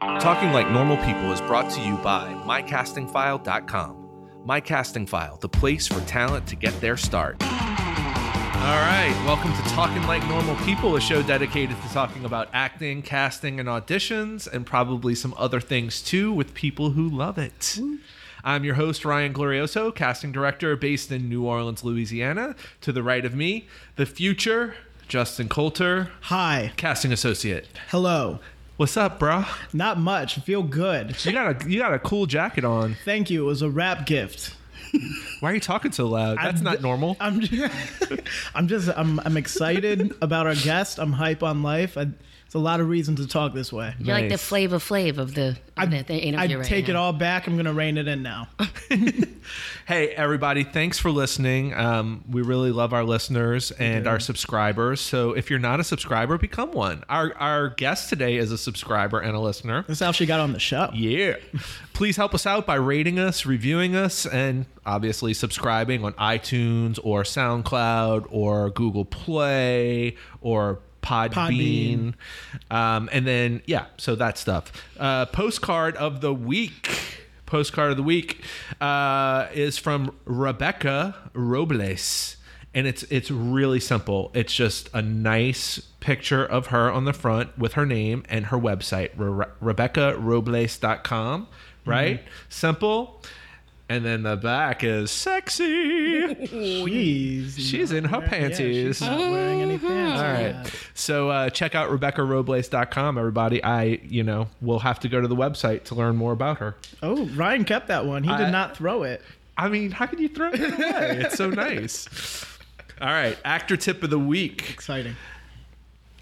Talking Like Normal People is brought to you by MyCastingFile.com. MyCastingFile, the place for talent to get their start. All right, welcome to Talking Like Normal People, a show dedicated to talking about acting, casting, and auditions, and probably some other things too with people who love it. I'm your host, Ryan Glorioso, casting director based in New Orleans, Louisiana. To the right of me, the future, Justin Coulter, Hi. casting associate. Hello. What's up, bro? Not much. Feel good. You got a you got a cool jacket on. Thank you. It was a wrap gift. Why are you talking so loud? That's I'm- not normal. I'm just, I'm just I'm I'm excited about our guest. I'm hype on life. I, it's a lot of reason to talk this way. You're like the Nice. flavor flav of the, of the, the interview I right take it now. all back. I'm gonna rein it in now. Hey, everybody! Thanks for listening. Um, we really love our listeners and our subscribers. So if you're not a subscriber, become one. Our our guest today is a subscriber and a listener. That's how she got on the show. Yeah. Please help us out by rating us, reviewing us, and obviously subscribing on iTunes or SoundCloud or Google Play or Podbean. Um, and then, yeah, so that stuff. Uh, postcard of the week. Postcard of the week uh, is from Rebecca Robles. And it's it's really simple. It's just a nice picture of her on the front with her name and her website, Re- RebeccaRobles.com, right? Simple. And then the back is sexy. Jeez. She's in her panties. she's not wearing any pants. All right. So uh, check out RebeccaRobles.com, everybody. I, you know, will have to go to the website to learn more about her. Oh, Ryan kept that one. He did I- not throw it. I mean, how can you throw it away? it's so nice. All right. Actor tip of the week. Exciting.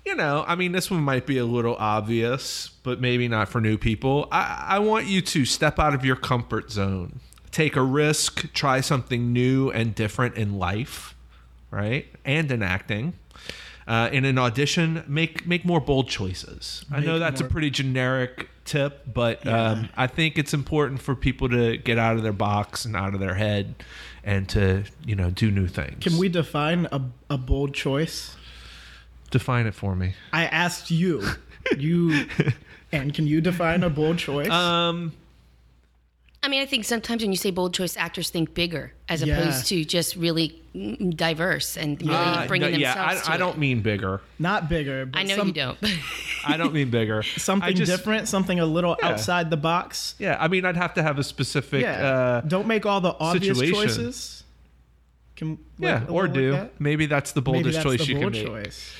you know, I mean, this one might be a little obvious, but maybe not for new people. I, I want you to step out of your comfort zone, take a risk, try something new and different in life, right? And in acting. Uh, in an audition, make make more bold choices. I know Make that's a more- pretty generic tip, but um, I think it's important for people to get out of their box and out of their head, and to you know do new things. Can we define a, a bold choice? define it for me? I asked you. You and can you define a bold choice? Um, I mean, I think sometimes when you say bold choice, actors think bigger as Yeah. opposed to just really mm, diverse and really Uh, bringing no, yeah, themselves to I, I it. don't mean bigger. not bigger. But I know some- you don't. I don't mean bigger. I something just- different, something a little Yeah. outside the box. Yeah, I mean, I'd have to have a specific. Yeah. Uh, Don't make all the obvious situation. choices. Can like, yeah, a or little do. like that? Maybe that's the boldest Maybe that's choice the you bold can make. choice.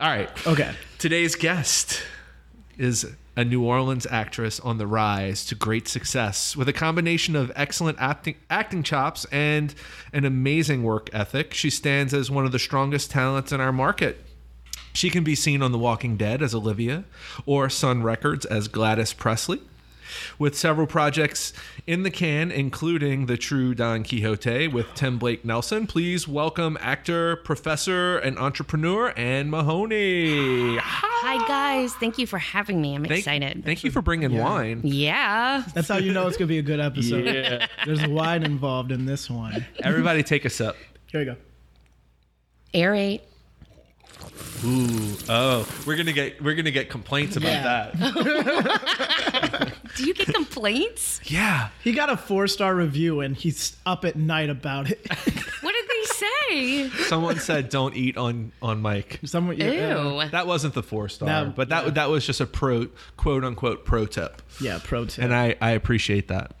Oh. All right. Okay. Today's guest is a New Orleans actress on the rise to great success with a combination of excellent acting, acting chops and an amazing work ethic. She stands as one of the strongest talents in our market. She can be seen on The Walking Dead as Olivia or Sun Records as Gladys Presley. With several projects in the can, including The True Don Quixote with Tim Blake Nelson, please welcome actor, professor, and entrepreneur Anne Mahoney. Hi, guys. Thank you for having me. I'm Thank- excited. Thank you for bringing wine. yeah. That's how you know it's gonna be a good episode. Yeah. There's wine involved in this one. Everybody take a sip. Here we go. Aerate. Ooh, oh, we're gonna get we're gonna get complaints about Yeah. that. Do you get complaints? Yeah, He got a four star review and he's up at night about it. what did they say? someone said don't eat on on mic. Someone, Ew. That wasn't the four star, That- but that that was just a pro quote unquote pro tip, yeah, pro tip. and I I appreciate that.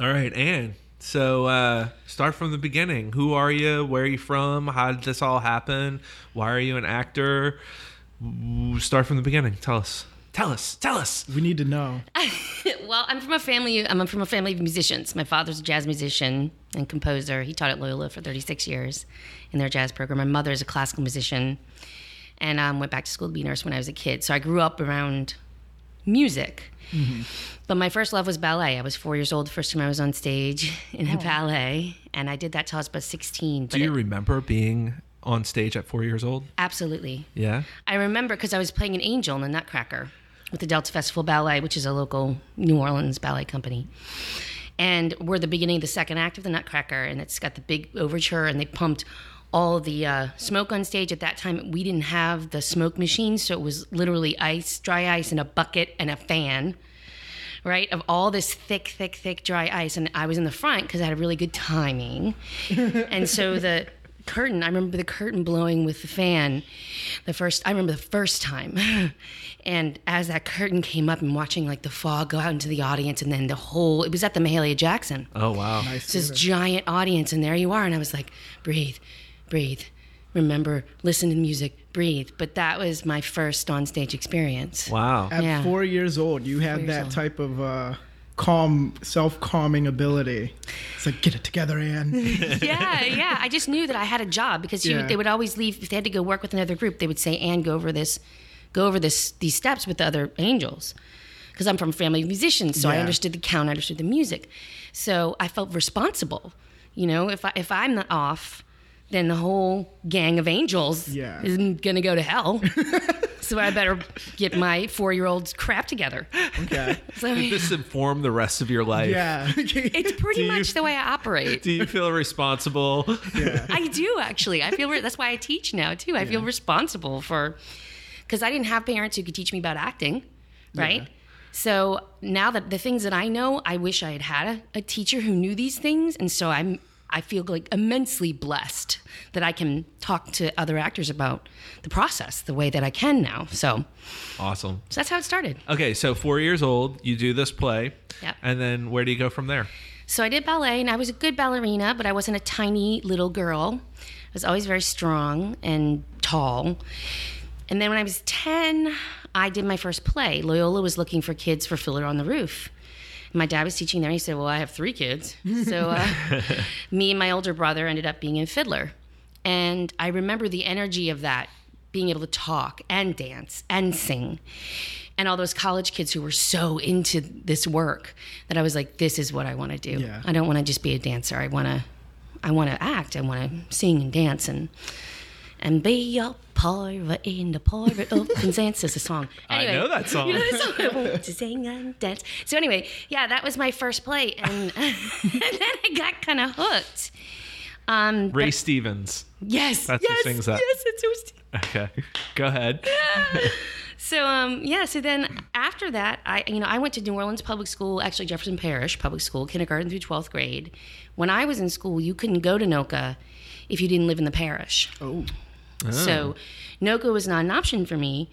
All right, Anne. So uh, start from the beginning. Who are you? Where are you from? How did this all happen? Why are you an actor? W- Start from the beginning. Tell us. Tell us. Tell us. we need to know. well, I'm from a family. I'm from a family of musicians. My father's a jazz musician and composer. He taught at Loyola for 36 years in their jazz program. My mother is a classical musician, and um, went back to school to be a nurse when I was a kid. So I grew up around music. Mm-hmm. But my first love was ballet. I was four years old the first time I was on stage in a ballet, and I did that till I was about 16. But Oh. Do you it- remember being on stage at four years old? absolutely. Yeah. I remember because I was playing an angel in the Nutcracker with the Delta Festival Ballet, which is a local New Orleans ballet company. And we're the beginning of the second act of the Nutcracker, and it's got the big overture, and they pumped all the uh, smoke on stage. At that time, we didn't have the smoke machine, so it was literally ice, dry ice, in a bucket and a fan, right? Of all this thick, thick, thick dry ice, and I was in the front because I had really good timing, and so the curtain i remember the curtain blowing with the fan the first i remember the first time and as that curtain came up and watching like the fog go out into the audience and then the whole it was at the mahalia jackson Oh wow. Nice. it's this giant audience, and there you are. And I was like, breathe, breathe, remember, listen to music, breathe. But that was my first on stage experience. Wow. At Yeah. four years old, you had years that old. type of uh, calm, self-calming ability. It's like, get it together, Anne. yeah, yeah. I just knew that I had a job because you, Yeah. they would always leave if they had to go work with another group. They would say, "Anne, go over this, go over this these steps with the other angels," because I'm from a family of musicians, so I Yeah. understood the count, I understood the music, so I felt responsible. You know, if I, if I'm not off, then the whole gang of angels Yeah. is gonna go to hell. so I better get my four year old's crap together. okay. So Did this inform the rest of your life? Yeah. it's pretty Do you- much the way I operate. Do you feel responsible? I do actually. I feel re- that's why I teach now too. I feel responsible for because I didn't have parents who could teach me about acting, right? So now that the things that I know, I wish I had had a, a teacher who knew these things, and so I'm I feel like immensely blessed that I can talk to other actors about the process the way that I can now. So, awesome. so that's how it started. Okay, so four years old, you do this play, Yep. and then where do you go from there? So I did ballet, and I was a good ballerina, but I wasn't a tiny little girl. I was always very strong and tall. And then when I was 10, I did my first play. Loyola was looking for kids for Fiddler on the Roof. My dad was teaching there, and he said, Well, I have three kids. So uh, me and my older brother ended up being in Fiddler. And I remember the energy of that being able to talk and dance and sing and all those college kids who were so into this work that I was like, this is what I want to do. Yeah. I don't want to just be a dancer. I want to, I want to act. I want to sing and dance and and be a pirate in the pirate opens dance is a song. Anyway, I know that song. You know that song? I want to sing and dance. So anyway, yeah, that was my first play, and, and then I got kind of hooked. Um, Ray Stevens. yes, That's who yes, sings that. yes, it's your st- Okay, go ahead. So um yeah, so then after that, I you know I went to New Orleans public school, actually Jefferson Parish public school, kindergarten through twelfth grade. When I was in school, you couldn't go to Noka if you didn't live in the parish. oh, So Noka was not an option for me,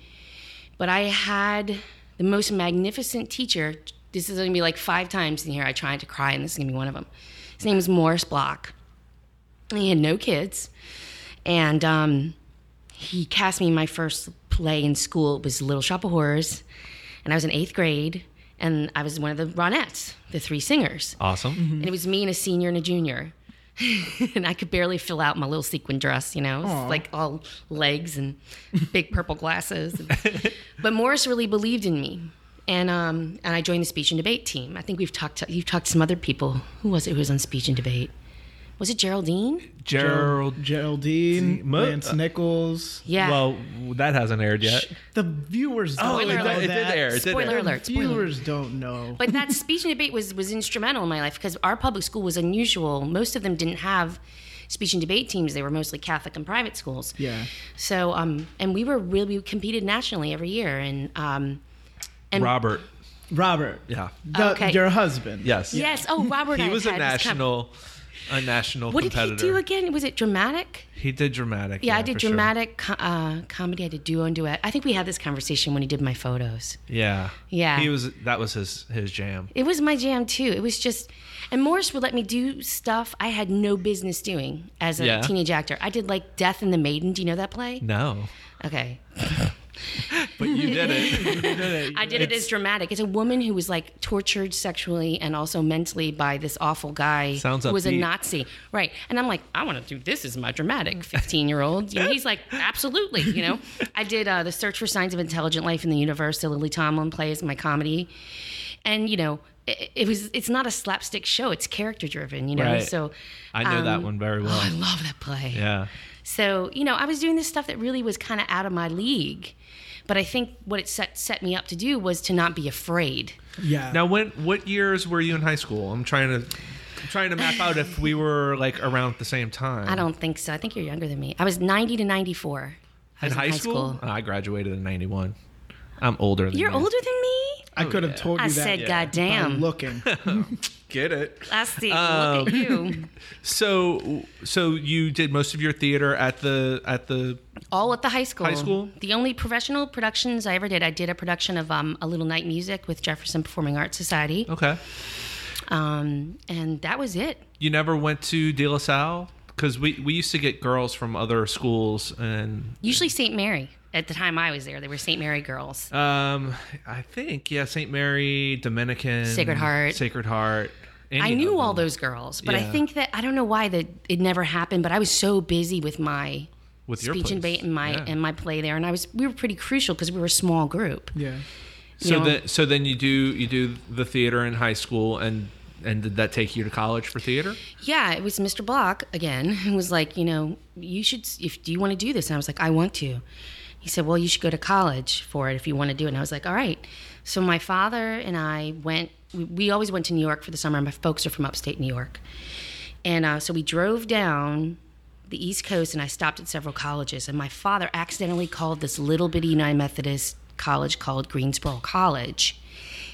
but I had the most magnificent teacher. This is going to be like five times in here I tried to cry, and this is going to be one of them. His name was Morris Block. And He had no kids, and um, he cast me in my first play in school. It was Little Shop of Horrors, and I was in eighth grade, and I was one of the Ronettes, the three singers Awesome. and it was me and a senior and a junior. and I could barely fill out my little sequin dress, you know, it was like all legs and big purple glasses. but Morris really believed in me, and um, and I joined the speech and debate team. I think we've talked to, you've talked to some other people. Who was it who was on speech and debate? Was it Geraldine? Gerald. Geraldine, Mo- uh, Lance Nichols. Yeah. Well, that hasn't aired yet. The viewers don't Oh, it, Spoiler know did- alert. it did that. air. It did Spoiler air. alert. The spoiler alert. viewers don't know. But that speech and debate was was instrumental in my life because our public school was unusual. Most of them didn't have speech and debate teams. They were mostly Catholic and private schools. yeah. So, um, and we were really we competed nationally every year, and um, and Robert. Robert. Yeah. The- Okay. Your husband. Yes. yes, oh Robert, He I was had a this com- national, a national what did competitor. he do again? Was it dramatic? He did dramatic. Yeah, I did for sure. dramatic co- uh, comedy. I did duo and duet. I think we had this conversation when he did my photos. Yeah. Yeah. He was. That was his his jam. It was my jam too. It was just, and Morris would let me do stuff I had no business doing as a Yeah. Mm. teenage actor. I did like Death and the Maiden. Do you know that play? No. Okay, But you did it. I did it as dramatic. It's a woman who was like tortured sexually and also mentally by this awful guy Sounds who was a upbeat. Nazi. Right. And I'm like, I want to do this as my Mm. dramatic 15 year old. You know, he's like, absolutely. You know, I did uh, The Search for Signs of Intelligent Life in the Universe. The Lily Tomlin plays my comedy. And, you know, it, it was, it's not a slapstick show. It's character driven, you know? Right. So I know that um, one very well. Oh, I love that play. yeah. So, you know, I was doing this stuff that really was kind of out of my league. But I think what it set, set me up to do was to not be afraid. Yeah. Now, when what years were you in high school? I'm trying to I'm trying to map out if we were like around the same time. I don't think so. I think you're younger than me. I was 90 to 94. I In was high school, I graduated in '91. I'm older than You're you. older than me? I could have told you I that. said, Oh, yeah. God by damn. Look. looking. Get it. Lassie, Um, look at you. So, so you did most of your theater at the at the All at the high school. High school? The only professional productions I ever did, I did a production of um, A Little Night Music with Jefferson Performing Arts Society. okay. Um, and that was it. You never went to De La Salle because we we used to get girls from other schools and Usually St. Mary. At the time I was there, they were St. Mary girls. um I think yeah St Mary Dominican Sacred Heart. Sacred Heart. I any of knew all them those girls, but Yeah. I think that I don't know why that it never happened. But I was so busy with my with your speech and place. debate and my Yeah. and my play there, and I was we were pretty crucial because we were a small group. Yeah. so know. then so then you do you do the theater in high school and and did that take you to college for theater? Yeah, it was Mr. Block again who was like, you know, you should if do you want to do this? And I was like, I want to. He said, well, you should go to college for it if you want to do it. And I was like, all right. So my father and I went. We, we always went to New York for the summer. My folks are from upstate New York, and uh, so we drove down the East Coast, and I stopped at several colleges. And my father accidentally called this little bitty United Methodist college called Greensboro College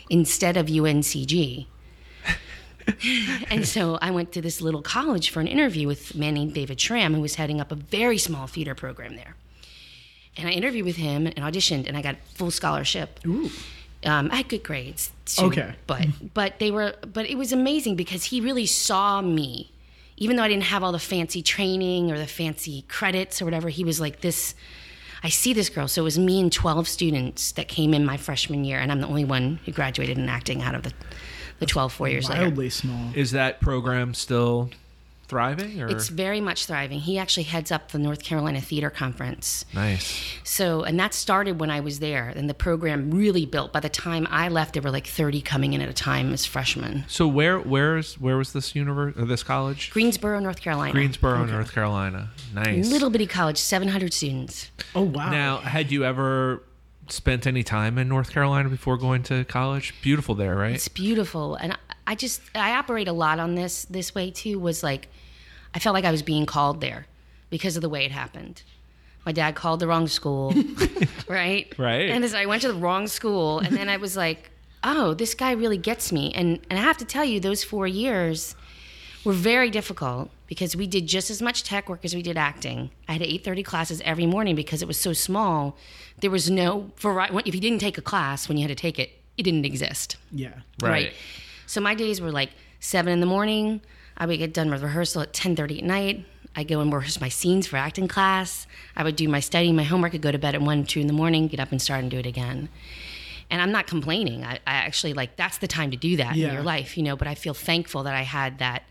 instead of UNCG. And so I went to this little college for an interview with a man named David Schramm, who was heading up a very small theater program there. And I interviewed with him and auditioned, and I got full scholarship. Ooh. Um, I had good grades too, Okay. but but they were but it was amazing because he really saw me, even though I didn't have all the fancy training or the fancy credits or whatever. He was like this. I see this girl. So it was me and 12 students that came in my freshman year, and I'm the only one who graduated in acting out of the, the 12 four years later. Wildly small. Is that program still thriving or It's very much thriving. He actually heads up the North Carolina Theater Conference. nice? So, and that started when I was there, and the program really built. By the time I left, there were like 30 coming in at a time as freshmen. So where where's where was this universe or this college? Greensboro, North Carolina. Greensboro, North Carolina. Nice. Little bitty college, 700 students. Oh wow. Now, had you ever spent any time in North Carolina before going to college? Beautiful there, right? It's beautiful. And I- I just, I operate a lot on this, this way too, was like, I felt like I was being called there because of the way it happened. My dad called the wrong school, right? Right. And so I went to the wrong school, and then I was like, oh, this guy really gets me. And, and I have to tell you, those four years were very difficult because we did just as much tech work as we did acting. I had 8.30 classes every morning because it was so small. There was no, variety. if you didn't take a class when you had to take it, it didn't exist. Yeah. Right. So my days were like seven in the morning. I would get done with rehearsal at ten thirty at night. I go and rehearse my scenes for acting class. I would do my study, my homework. I'd go to bed at one, two in the morning, get up and start and do it again. And I'm not complaining. I, I actually like that's the time to do that Yeah. in your life, you know. But I feel thankful that I had that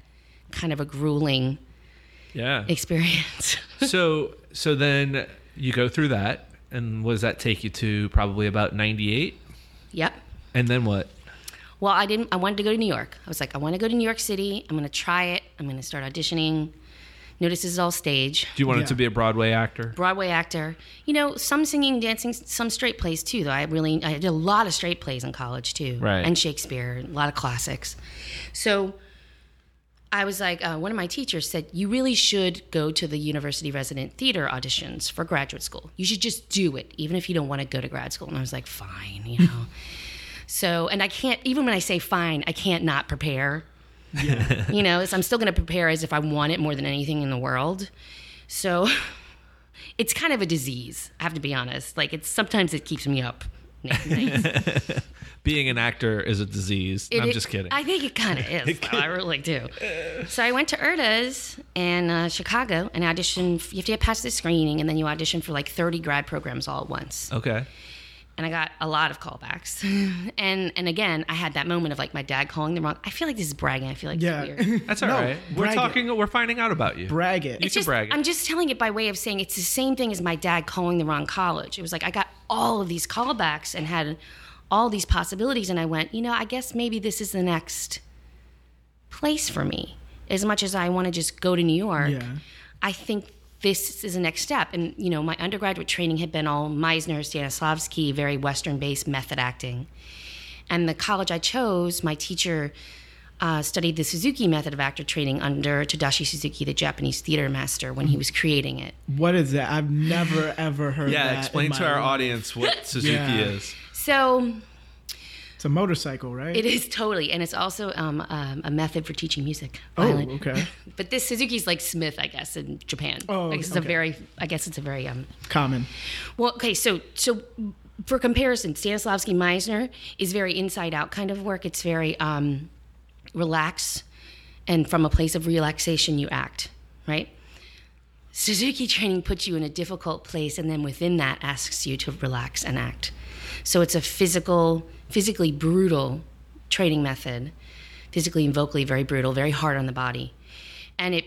kind of a grueling Yeah. experience. so so then you go through that and what does that take you to probably about 98 yep. and then what? Well, I didn't. I wanted to go to New York. I was like, I want to go to New York City. I'm going to try it. I'm going to start auditioning. Notice this is all stage. Do you want Yeah. it to be a Broadway actor? Broadway actor. You know, some singing, dancing, some straight plays too. Though I really, I did a lot of straight plays in college too, Right. And Shakespeare, a lot of classics. So I was like, uh, one of my teachers said, you really should go to the university resident theater auditions for graduate school. You should just do it, even if you don't want to go to grad school. And I was like, fine, you know. so, and I can't even when I say fine, I can't not prepare. you know, so I'm still going to prepare as if I want it more than anything in the world. So it's kind of a disease. I have to be honest. Like it's sometimes it keeps me up. at night. Being an actor is a disease. It- I'm it- just kidding. I think it kind of is. though. I really do. So I went to Erda's in uh, Chicago and auditioned. You have to get past the screening, and then you audition for like 30 grad programs all at once. okay. And I got a lot of callbacks. and and again, I had that moment of like my dad calling the wrong. I feel like this is bragging. I feel like Yeah. it's weird. That's all No, right. We're brag it. talking we're finding out about you. Brag it. It's- can just, brag it. I'm just telling it by way of saying it's the same thing as my dad calling the wrong college. It was like I got all of these callbacks and had all these possibilities, and I went, you know, I guess maybe this is the next place for me. As much as I want to just go to New York, Yeah. I think this is the next step. And you know, my undergraduate training had been all Meisner, Stanislavski, very Western-based method acting. And the college I chose, my teacher uh, studied the Suzuki method of actor training under Tadashi Suzuki, the Japanese theater master, when he was creating it. What is that? I've never ever heard. that Yeah, in explain my to our life. audience what Suzuki Yeah. is. So It's a motorcycle, right? it is totally, and it's also um, um, a method for teaching music. Oh, violin. okay. But this Suzuki's like Smith, I guess, in Japan. Oh, I guess it's okay. a very, I guess it's a very um, Common. Well, okay, so so for comparison, Stanislavski Meisner is very inside out kind of work. It's very um, relaxed, and from a place of relaxation, you act right. Suzuki training puts you in a difficult place, and then within that, asks you to relax and act. So it's a physical, physically brutal training method, physically and vocally very brutal, very hard on the body, and it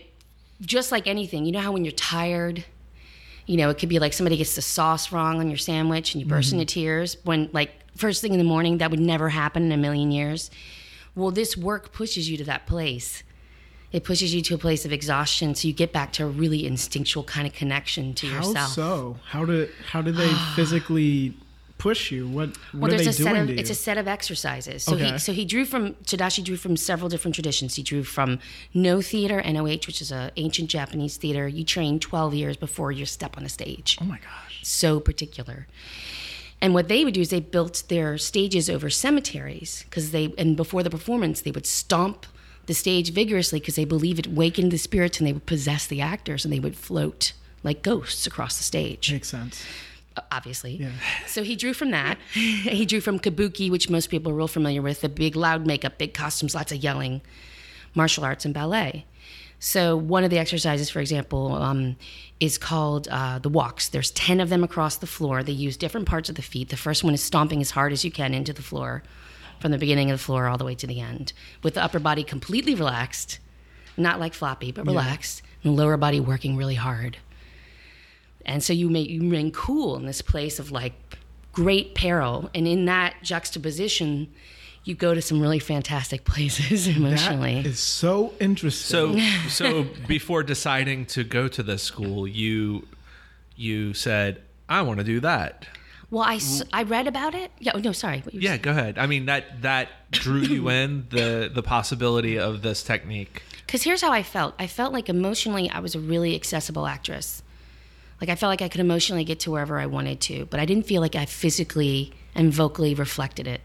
just like anything. You know how when you're tired you know, it could be like somebody gets the sauce wrong on your sandwich and you burst Mm-hmm. into tears when, like, first thing in the morning, that would never happen in a million years. Well, this work pushes you to that place. It pushes you to a place of exhaustion. So you get back to a really instinctual kind of connection to How yourself. so? How do how do they physically push you? What Well, what are there's they a set doing of to you? it's a set of exercises. So Okay. he so he drew from Tadashi drew from several different traditions. He drew from no theater, NOH, which is a ancient Japanese theater. You train 12 years before you step on a stage. oh my gosh. so particular. And what they would do is they built their stages over cemeteries because they and before the performance they would stomp the stage vigorously because they believe it wakened the spirits and they would possess the actors and they would float like ghosts across the stage Makes sense. obviously. Yeah. So he drew from that. he drew from kabuki, which most people are real familiar with the big, loud makeup, big costumes, lots of yelling, martial arts, and ballet. So, one of the exercises, for example, um, is called uh, the walks. There's 10 of them across the floor. They use different parts of the feet. The first one is stomping as hard as you can into the floor from the beginning of the floor all the way to the end, with the upper body completely relaxed, not like floppy, but relaxed, and the lower body working really hard. And so you may you remain cool in this place of like great peril. And in that juxtaposition, you go to some really fantastic places emotionally. That is so interesting. So, so before deciding to go to this school, you you said, "I want to do that." well, I, s- I read about it. Yeah, oh, no, sorry. What you were Yeah, go ahead. I mean that that drew you in the the possibility of this technique. Because here's how I felt I felt like emotionally I was a really accessible actress. Like I felt like I could emotionally get to wherever I wanted to, but I didn't feel like I physically and vocally reflected it.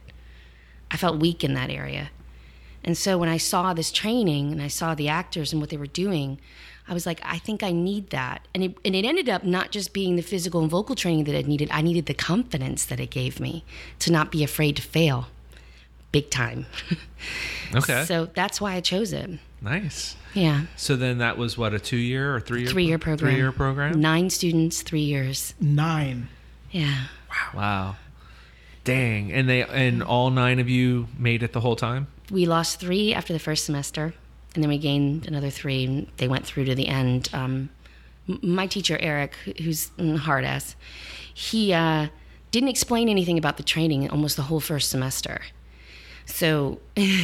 I felt weak in that area. And so when I saw this training and I saw the actors and what they were doing, I was like, I think I need that. And it, and it ended up not just being the physical and vocal training that I needed, I needed the confidence that it gave me to not be afraid to fail big time. Okay, So that's why I chose it. nice. Yeah. So then that was what a two year or three year three year program. three year program. Nine students, three years. nine. Yeah. Wow, dang! And they and all nine of you made it the whole time. We lost three after the first semester, and then we gained another three. and They went through to the end. Um, m- my teacher Eric, who's a hard ass, he uh, didn't explain anything about the training almost the whole first semester. So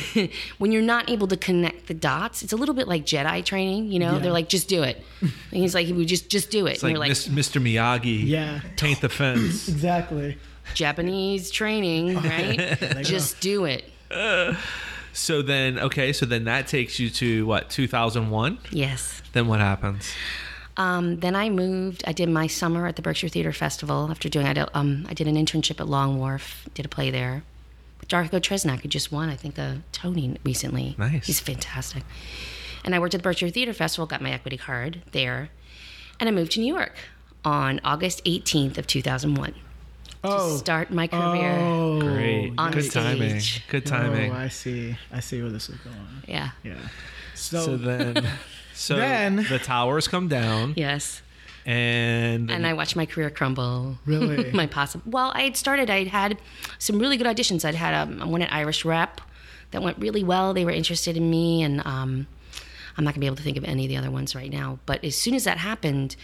when you're not able to connect the dots, it's a little bit like Jedi training. You know, Yeah. they're like, just do it. And he's like, we just just do it. It's like, and you're Mis- Mr. Miyagi. Yeah. Paint the fence. Exactly. Japanese training, right? just do it. so then, okay, so then that takes you to what 2001. Yes. Then what happens? Um, then I moved. I did my summer at the Berkshire Theater Festival after doing. I did, um, I did an internship at Long Wharf. Did a play there. With Darko Tresnak, who just won, I think, a Tony recently. Nice. He's fantastic. And I worked at the Berkshire Theater Festival. Got my equity card there, and I moved to New York on August 18th of 2001 to Oh. start my career. Oh. Great. On Good stage. timing. Good timing. Oh, I see. I see where this is going. Yeah. Yeah. So, so then, so Then- the towers come down, Yes. and and I watched my career crumble. Really? my possible. Well, I had started. I had had some really good auditions. I'd had um, I won an Irish rep that went really well. They were interested in me, and um, I'm not gonna be able to think of any of the other ones right now. But as soon as that happened,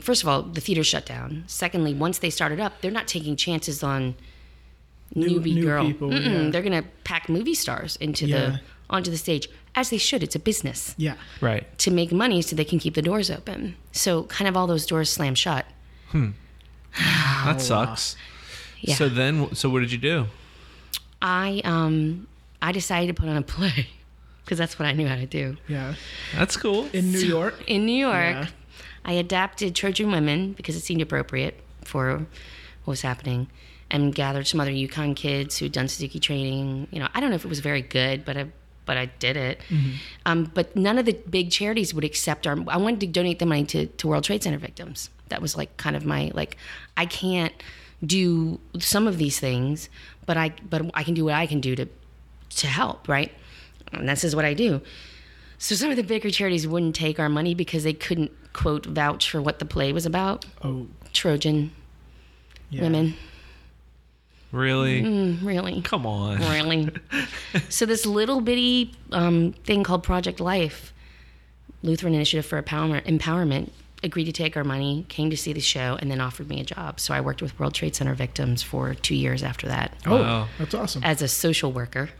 first of all, the theater shut down. Secondly, once they started up, they're not taking chances on New- newbie new girl. people, Mm-mm. yeah. They're gonna pack movie stars into Yeah. the onto the stage as they should. It's a business yeah. right. to make money so they can keep the doors open. So kind of all those doors slam shut. That sucks. Yeah. So then, so what did you do? I um I decided to put on a play. because that's what I knew how to do. Yeah. That's cool. In New York. In New York, Yeah. I adapted Trojan Women because it seemed appropriate for what was happening and gathered some other Yukon kids who'd done Suzuki training. You know, I don't know if it was very good, but I but I did it. Um, but none of the big charities would accept our. I wanted to donate the money to, to World Trade Center victims. That was like kind of my like. I can't do some of these things, but I but I can do what I can do to to help. Right, and this is what I do. So some of the bigger charities wouldn't take our money because they couldn't quote vouch for what the play was about. Oh. Trojan Yeah. women, Really? Mm, really, Come on. really. so this little bitty um, thing called Project Life, Lutheran Initiative for Empower- Empowerment, agreed to take our money, came to see the show, and then offered me a job. So I worked with World Trade Center victims for two years after that Oh, Wow. that's awesome. as a social worker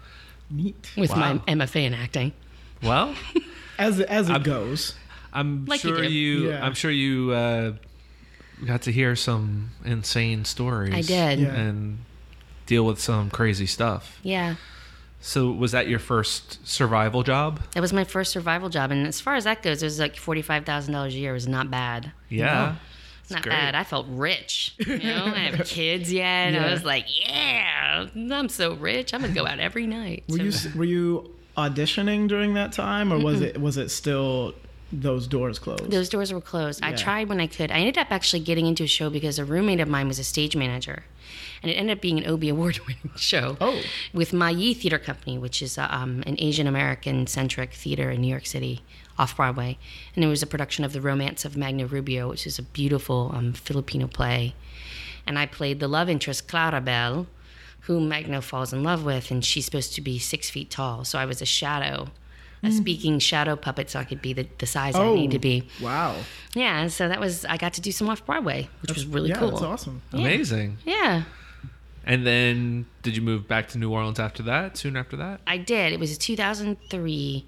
Neat. with Wow. my MFA in acting. Well, As as it goes. I'm Like you sure do. you, Yeah. I'm sure you uh, got to hear some insane stories. I did. Yeah. And deal with some crazy stuff. Yeah. So was that your first survival job? That was my first survival job, and as far as that goes, it was like forty five thousand dollars a year. It was not bad. Yeah. It's not great. bad. I felt rich. You know, I have kids yet. Yeah. I was like, yeah, I'm so rich. I'm gonna go out every night. Were So- you were you auditioning during that time, or was it was it still those doors closed? Those doors were closed. I Yeah. tried when I could. I ended up actually getting into a show because a roommate of mine was a stage manager, and it ended up being an Obie Award winning show. Oh. with my Yi Theater Company, which is uh, um, an Asian American centric theater in New York City, off Broadway, and it was a production of The Romance of Magna Rubio, which is a beautiful um, Filipino play, and I played the love interest Clarabelle. Who Magna falls in love with, and she's supposed to be six feet tall. So I was a shadow, a Mm. speaking shadow puppet, so I could be the, the size Oh. I need to be. Wow, Yeah, and so that was I got to do some off Broadway, which was really yeah, cool. that's awesome. Amazing. Yeah, And then did you move back to New Orleans after that? Soon after that? I did. It was 2003.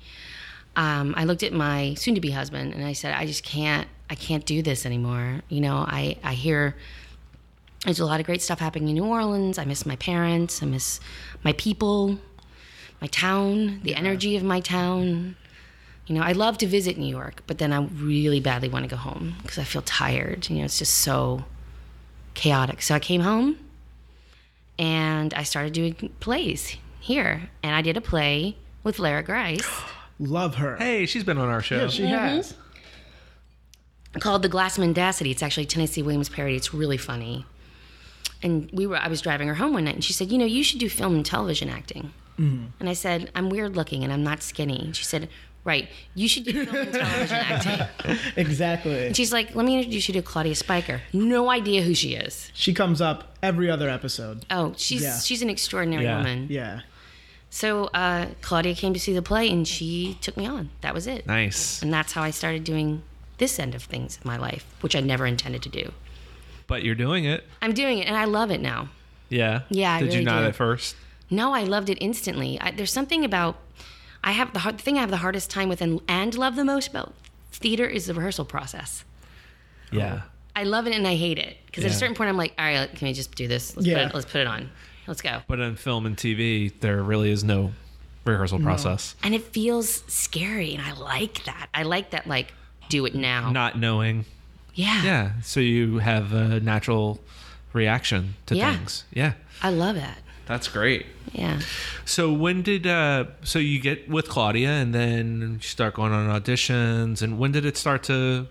Um, I looked at my soon-to-be husband and I said, I just can't. I can't do this anymore. You know, I I hear there's a lot of great stuff happening in New Orleans. I miss my parents. I miss my people, my town, the energy of my town. You know, I love to visit New York, but then I really badly want to go home because I feel tired. You know, it's just so chaotic. So I came home and I started doing plays here. And I did a play with Lara Grice Love her. Hey, mm-hmm. she's been on our show. yeah, she Mm-hmm. has. called The Glass Mendacity. It's actually a Tennessee Williams parody. It's really funny. And we were I was driving her home one night and she said, "You know, you should do film and television acting." Mm. And I said, "I'm weird looking and I'm not skinny." And she said, "Right, you should do film and television acting." Exactly. She's like, "Let me introduce you to Claudia Spiker." No idea who she is. She comes up every other episode. Oh, she's Yeah. she's an extraordinary Yeah. woman. Yeah. So uh, Claudia came to see the play, and she took me on. That was it, Nice. and that's how I started doing this end of things in my life, which I never intended to do. But you're doing it. I'm doing it, and I love it now. Yeah. Yeah, I Did you really not do. at first? No, I loved it instantly. I, there's something about I have the hard the thing I have the hardest time with, and and love the most about theater is the rehearsal process. Yeah. I love it and I hate it because at Yeah. a certain point I'm like, all right, can we just do this? Let's, Yeah. put, it, let's put it on. Let's go. But on film and TV, there really is no rehearsal process. And it feels scary, and I like that. I like that. Like, do it now. Not knowing. Yeah. So you have a natural reaction to Yeah. things. Yeah. I love it. That's great. Yeah. So when did uh so you get with Claudia and then you start going on auditions and when did it start to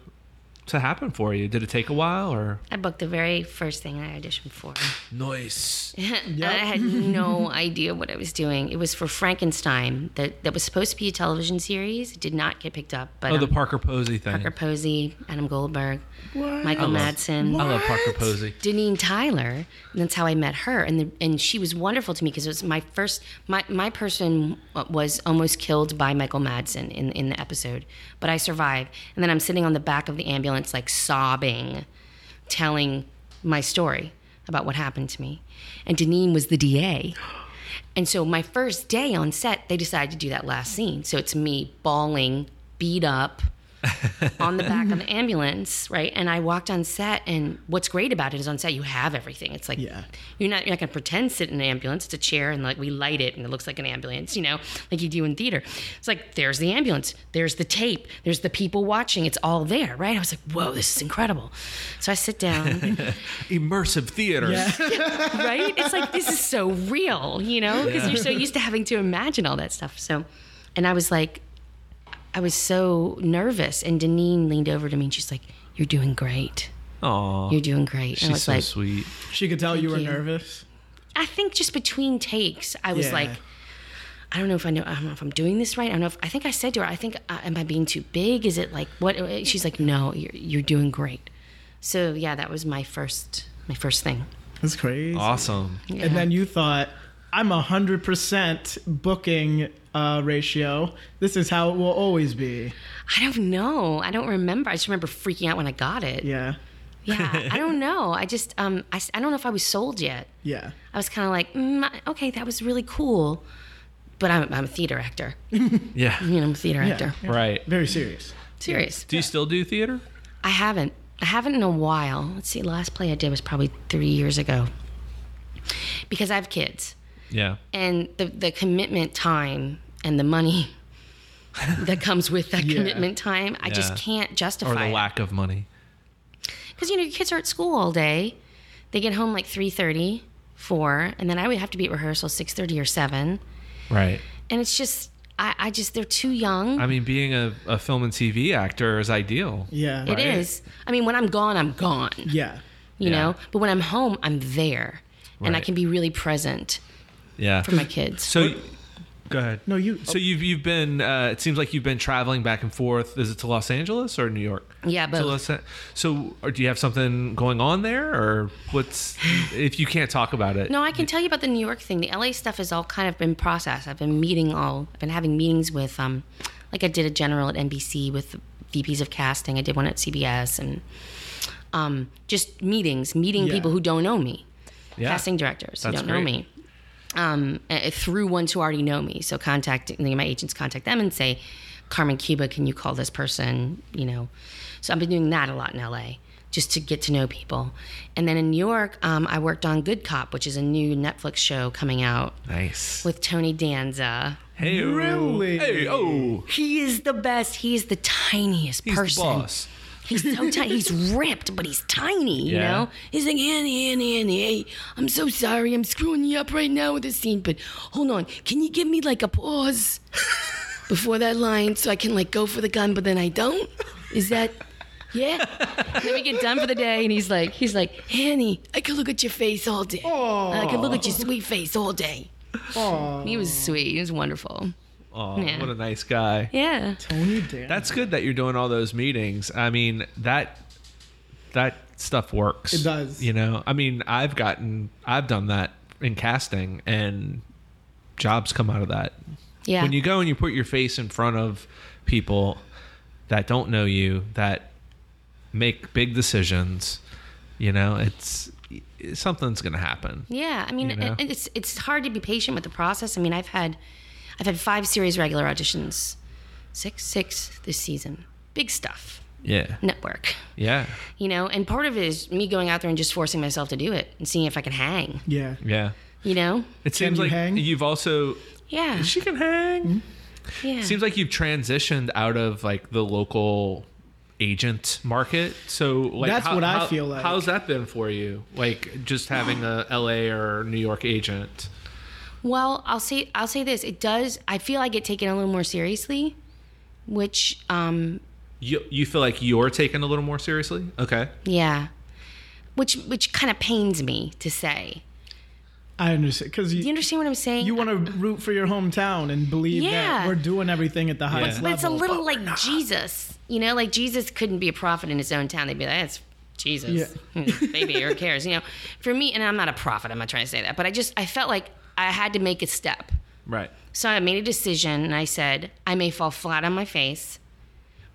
to happen for you? Did it take a while or I booked the very first thing I auditioned for. noise? I had no idea what I was doing. It was for Frankenstein that, that was supposed to be a television series. It did not get picked up, but Oh, the um, Parker Posey thing. Parker Posey, Adam Goldberg, What? Michael love- Madsen. I love Parker What? Posey. Deneen Tyler, and that's how I met her, and the, and she was wonderful to me because it was my first. My my person was almost killed by Michael Madsen in in the episode, but I survived. And then I'm sitting on the back of the ambulance, like sobbing, telling my story about what happened to me, and Deneen was the DA. And so my first day on set, they decided to do that last scene. So it's me bawling, beat up, on the back of an ambulance, right? And I walked on set, and what's great about it is on set you have everything. It's like Yeah. you're not you're not gonna pretend sit in an ambulance. It's a chair, and like we light it, and it looks like an ambulance, you know, like you do in theater. It's like there's the ambulance, there's the tape, there's the people watching. It's all there, right? I was like, whoa, this is incredible. So I sit down, Immersive theater. Yeah. right? It's like this is so real, you know, because you're so used to having to imagine all that stuff. So, and I was like, I was so nervous, and Deneen leaned over to me and she's like, "You're doing great. Aw, You're doing great." she's and I was so like, sweet. She could tell you were you. nervous. I think just between takes, I was Yeah. like, I don't know if I know. I don't know if I'm doing this right. I don't know if I think I said to her, I think, uh, am I being too big? Is it like what? She's like, no, you're you're doing great. So yeah, that was my first my first thing. That's crazy. Awesome. Yeah. And then you thought, I'm a hundred percent booking uh, ratio. This is how it will always be. I don't know. I don't remember. I just remember freaking out when I got it. Yeah, Yeah, I don't know. I just, um, I, s- I don't know if I was sold yet. yeah. I was kind of like, mm, I- okay, that was really cool, but I'm, I'm a theater actor. Yeah. You know, I'm a theater actor. Right. Very serious. Serious. Do you still do theater? I haven't. I haven't in a while. Let's see. Last play I did was probably three years ago, because I have kids, Yeah. and the the commitment time and the money that comes with that Yeah. commitment time, I Yeah. just can't justify. Or the it. lack of money. because you know your kids are at school all day they get home like 3.30 4 and then i would have to be at rehearsal 6.30 or 7 Right. and it's just i, I just they're too young I mean, being a, a film and TV actor is ideal. Yeah, It is. i mean when i'm gone i'm gone you yeah. Yeah. know but when i'm home i'm there and i Right. can be really present Yeah. for my kids So, go ahead. No, you. So you've you've been uh, it seems like you've been traveling back and forth. Is it to Los Angeles or New York? Yeah, To both. Los An- so or do you have something going on there, or what's if you can't talk about it? no i can tell you about the new york thing the la stuff has all kind of been processed i've been meeting all i've been having meetings with um like i did a general at nbc with vps of casting i did one at cbs and um just meetings meeting Yeah. people who don't know me Yeah. casting directors who That's don't know great. me um, uh, through ones who already know me. So contacting my agents, contact them and say, Carmen Cuba, can you call this person? You know, so I've been doing that a lot in LA just to get to know people. And then in New York, um, I worked on Good Cop, which is a new Netflix show coming out Nice. with Tony Danza. hey, oh. Really? Hey, oh, He is the best. He is the tiniest he's person. the boss. He's so tiny. He's ripped, but he's tiny, you Yeah. know? He's like, Annie, Annie, Annie, hey, I'm so sorry. I'm screwing you up right now with this scene, but hold on. Can you give me like a pause before that line so I can like go for the gun, but then I don't? Is that. Yeah. then we get done for the day, and he's like, he's like, Annie, I could look at your face all day. I could look at your sweet face all day. Aw, He was sweet. He was wonderful. Oh, Yeah. what a nice guy. Yeah. Tony Dan. That's good that you're doing all those meetings. I mean that that stuff works. It does. You know, I mean, I've gotten I've done that in casting, and jobs come out of that. Yeah. when you go and you put your face in front of people that don't know you that make big decisions you know it's something's gonna happen Yeah, I mean, You know? and it's it's hard to be patient with the process. I mean, I've had, I've had five series regular auditions, six six this season. Big stuff, yeah network, yeah you know. And part of it is me going out there and just forcing myself to do it and seeing if I can hang, yeah. yeah you know. it seems you like hang? Mm-hmm. you've also Yeah, she can hang yeah. seems like you've transitioned out of like the local agent market so like That's what I how- feel like. how's that been for you like just having a la or new york agent Well, I'll say I'll say this. It does. I feel I get taken a little more seriously, which um, you, you feel like you're taken a little more seriously okay yeah, which which kind of pains me to say. I understand because Do you you, understand what I'm saying? you want to root for your hometown and believe Yeah. that we're doing everything at the highest But it's a level. little like Jesus. You know, like Jesus couldn't be a prophet in his own town. They'd be like, that's Jesus. Maybe, who cares? You know, for me, and I'm not a prophet, I'm not trying to say that, but I just, I felt like I had to make a step. right So I made a decision and I said, I may fall flat on my face,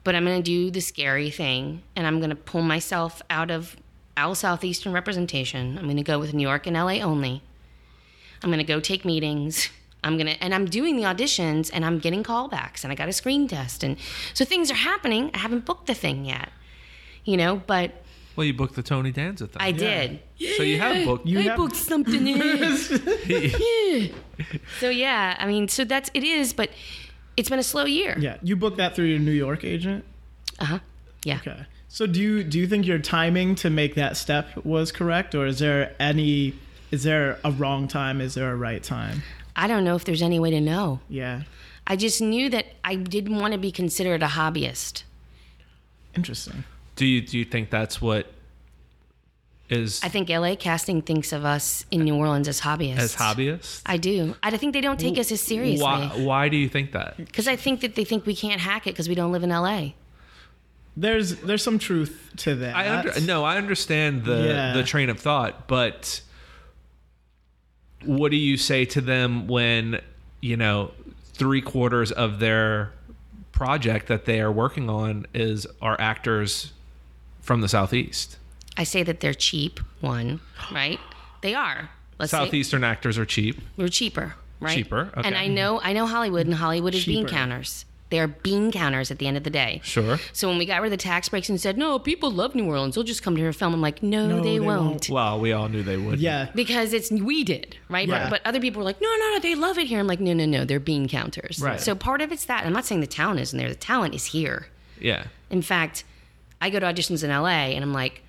but I'm going to do the scary thing and I'm going to pull myself out of all Southeastern representation. I'm going to go with New York and LA only. I'm going to go take meetings. I'm gonna and I'm doing the auditions and I'm getting callbacks and I got a screen test and so things are happening. I haven't booked the thing yet, you know, but Well, you booked the Tony Danza thing. I did. so you have booked. You I have- booked something. in. Yeah. So yeah, I mean, so that's it is, but it's been a slow year. Yeah, you booked that through your New York agent. Uh huh. Yeah. Okay. So do you do you think your timing to make that step was correct, or is there any is there a wrong time? Is there a right time? I don't know if there's any way to know. Yeah. I just knew that I didn't want to be considered a hobbyist. Interesting. do you do you think that's what is I think LA casting thinks of us in New Orleans as hobbyists. as hobbyists? I do. I think they don't take us as Why seriously why do you think that? because I think that they think we can't hack it because we don't live in LA. There's there's some truth to that. I under, no, I understand the Yeah. the train of thought, but what do you say to them when you know three quarters of their project that they are working on is are actors from the southeast? I say that they're cheap. One, right? They are. Let's say- Southeastern actors are cheap. We're cheaper, right? Cheaper, okay. And I know I know Hollywood, and Hollywood is bean Cheaper. counters. They are bean counters at the end of the day. Sure. So when we got rid of the tax breaks and said, "No, people love New Orleans. They'll just come to your film," I'm like, "No, No, they, they won't. won't. Well, we all knew they would. Yeah. Because it's we did, right? Right. But, but other people were like, "No, no, no, they love it here." I'm like, "No, no, no, they're bean counters." Right. So part of it's that. I'm not saying the talent isn't there. The talent is here. Yeah. In fact, I go to auditions in LA, and I'm like,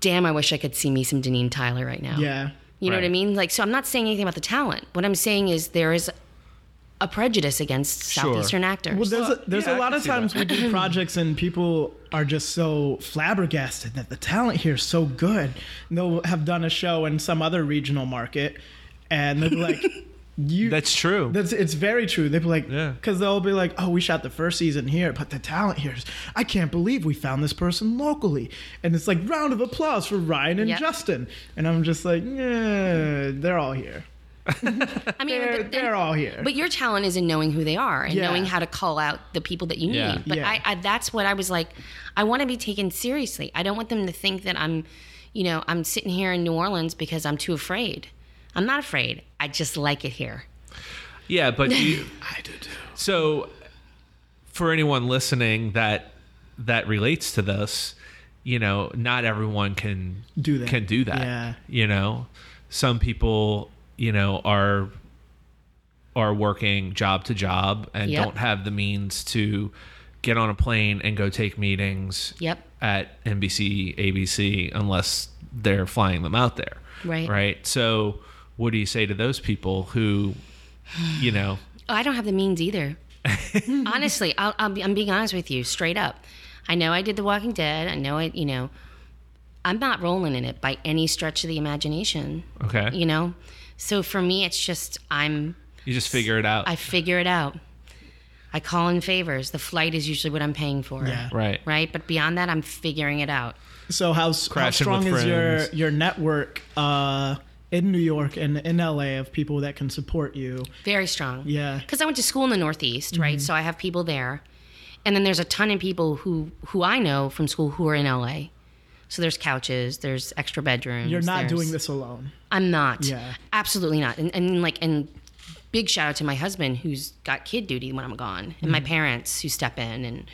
"Damn, I wish I could see me some Deneen Tyler right now." Yeah. You know what I Right. mean? Like, so I'm not saying anything about the talent. What I'm saying is there is a prejudice against Sure. southeastern actors. Well, there's Well, a, there's yeah, I a lot can of see that. times we do projects and people are just so flabbergasted that the talent here is so good. And they'll have done a show in some other regional market, and they'll be like, "You." That's true. That's it's very true. They'll be like, Yeah. because they'll be like, "Oh, we shot the first season here, but the talent here is I can't believe we found this person locally." And it's like round of applause for Ryan and Yep. Justin. And I'm just like, yeah, they're all here. I mean, They're, but- they're all here. But your talent is in knowing who they are and Yeah. knowing how to call out the people that you need. Yeah. But Yeah. I, I, that's what I was like. I want to be taken seriously. I don't want them to think that I'm, you know, I'm sitting here in New Orleans because I'm too afraid. I'm not afraid. I just like it here. Yeah, but you, I do too. So, for anyone listening that that relates to this, you know, not everyone can Do that. Can do that. Yeah. You know, some people, you know, are are working job to job and Yep. don't have the means to get on a plane and go take meetings Yep. at NBC, ABC unless they're flying them out there. Right. Right. So, what do you say to those people who, you know, Oh, I don't have the means either. Honestly, I'll, I'll be, I'm being honest with you, straight up. I know I did The Walking Dead. I know I, you know, I'm not rolling in it by any stretch of the imagination. okay, You know, so for me, it's just I'm You just figure it out. I figure it out. I call in favors. The flight is usually what I'm paying for. Yeah. right. Right, but beyond that, I'm figuring it out. So how, s- how Crashing with strong is your friends. your network uh, in New York and in LA of people that can support you? Very strong. Yeah. Mm-hmm. Because I went to school in the Northeast, right? So I have people there, and then there's a ton of people who who I know from school who are in LA. So there's couches, there's extra bedrooms. You're not there's- doing this alone. I'm not. Yeah. Absolutely not. And, and like and big shout out to my husband who's got kid duty when I'm gone, and my parents who step in, and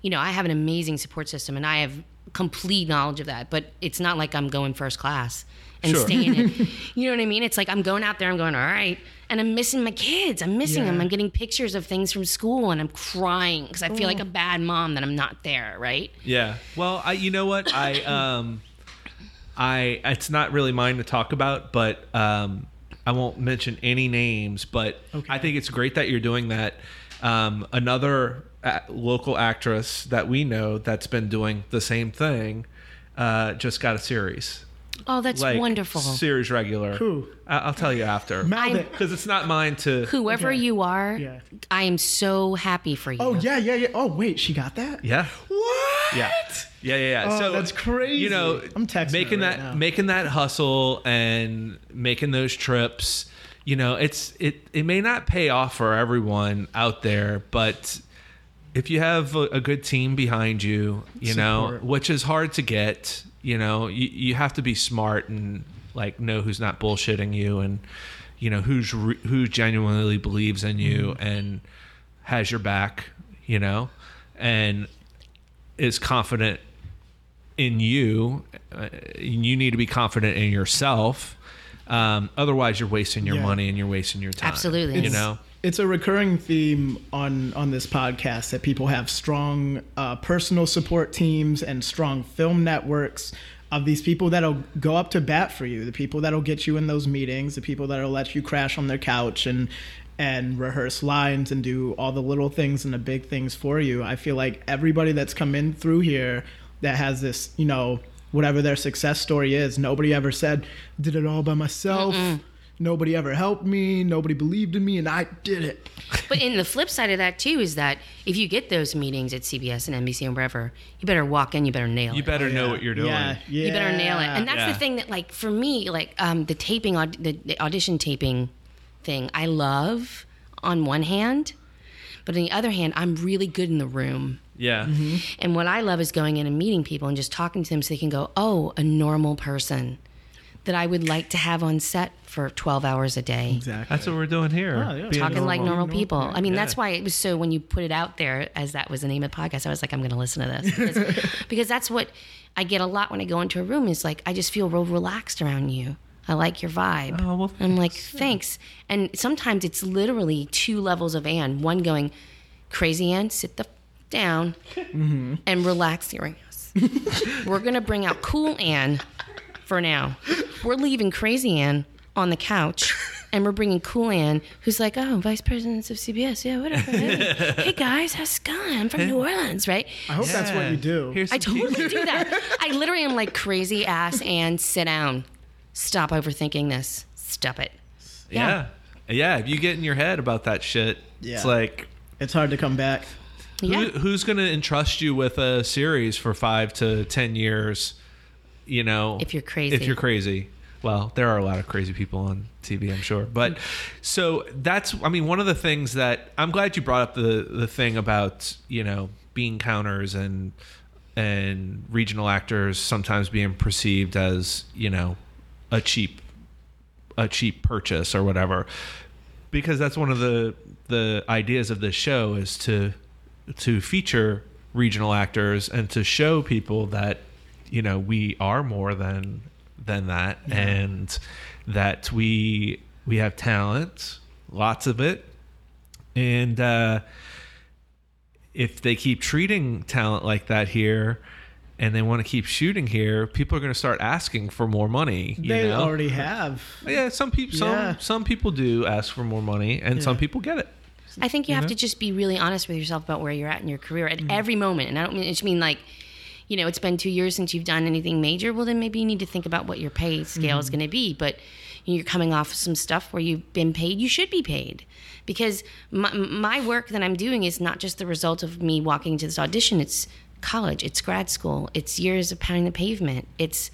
you know I have an amazing support system, and I have complete knowledge of that. But it's not like I'm going first class and Sure. staying. in. You know what I mean? It's like I'm going out there. I'm going all right. And I'm missing my kids. I'm missing Yeah. them. I'm getting pictures of things from school and I'm crying because I feel like a bad mom that I'm not there, right? Yeah. Well, I you know what? I um I it's not really mine to talk about, but um I won't mention any names, but I think it's great that you're doing that. Um another a- local actress that we know that's been doing the same thing uh just got a series. Oh, that's Like wonderful. Series regular. Who? I- I'll tell you after. Mouth I'm- it. Cuz it's not mine to Whoever Okay. you are, Yeah. I am so happy for you. Oh yeah, yeah, yeah. Oh wait, she got that. Yeah. What? Yeah. Yeah, yeah, yeah. Oh, so that's crazy. You know, I'm texting her making right that now. making that hustle and making those trips. You know, it's it it may not pay off for everyone out there, but if you have a, a good team behind you, you know, Support. which is hard to get, you know, you, you have to be smart and like know who's not bullshitting you and you know who's re- who genuinely believes in you Mm-hmm. and has your back you know and is confident in you uh, you need to be confident in yourself um, otherwise you're wasting your Yeah. money and you're wasting your time Absolutely. you It's- know It's a recurring theme on on this podcast that people have strong uh, personal support teams and strong film networks of these people that'll go up to bat for you, the people that'll get you in those meetings, the people that'll let you crash on their couch and and rehearse lines and do all the little things and the big things for you. I feel like everybody that's come in through here that has this, you know, whatever their success story is, nobody ever said did it all by myself. Nobody ever helped me. Nobody believed in me, and I did it. But in the flip side of that too is that if you get those meetings at CBS and NBC and wherever, you better walk in, you better nail you it. better know what you're doing Oh, Yeah, yeah. You better nail it. And that's Yeah. the thing that like for me, like um, the taping, aud- the, the audition taping thing, I love on one hand, but on the other hand, I'm really good in the room. yeah Mm-hmm. And what I love is going in and meeting people and just talking to them so they can go, oh, a normal person that I would like to have on set for 12 hours a day. exactly. that's what we're doing here Oh, yeah. being Talking like normal people. I mean, that's Yeah. why it was so when you put it out there, as that was the name of the podcast, I was like, I'm going to listen to this. Because, because that's what I get a lot when I go into a room is like, I just feel real relaxed around you. I like your vibe. Oh, well, I'm like, thanks. And sometimes it's literally two levels of Anne one going, crazy Anne, sit the f- down and relax your ass. We're gonna bring out cool Ann for now. We're leaving crazy Ann on the couch, and we're bringing cool Ann, who's like, oh, vice presidents of CBS, yeah, whatever. Hey, hey guys, how's it going? I'm from New Orleans, right? I hope that's what you do. Here's I some tea. totally do that. I literally am like crazy ass Ann, sit down, stop overthinking this, stop it. Yeah. Yeah. If you get in your head about that shit, Yeah. it's like, it's hard to come back. Yeah. who, who's going to entrust you with a series for five to 10 years? You know, If you're crazy. If you're crazy. Well, there are a lot of crazy people on TV, I'm sure. But so that's, I mean, one of the things that I'm glad you brought up the, the thing about, you know, bean counters and, and regional actors sometimes being perceived as, you know, a cheap a cheap purchase or whatever because that's one of the the ideas of this show is to to feature regional actors and to show people that you know we are more than than that and that we we have talent lots of it and uh if they keep treating talent like that here and they want to keep shooting here people are going to start asking for more money you they know? already have. Yeah, some people some Yeah. some people do ask for more money, and some people get it. I think you, have to just be really honest with yourself about where you're at in your career at every moment. And I don't mean, I just mean like, you know, it's been two years since you've done anything major. Well, then maybe you need to think about what your pay scale is going to be. But you're coming off of some stuff where you've been paid, you should be paid. Because my, my work that I'm doing is not just the result of me walking into this audition, it's college, it's grad school, it's years of pounding the pavement, it's,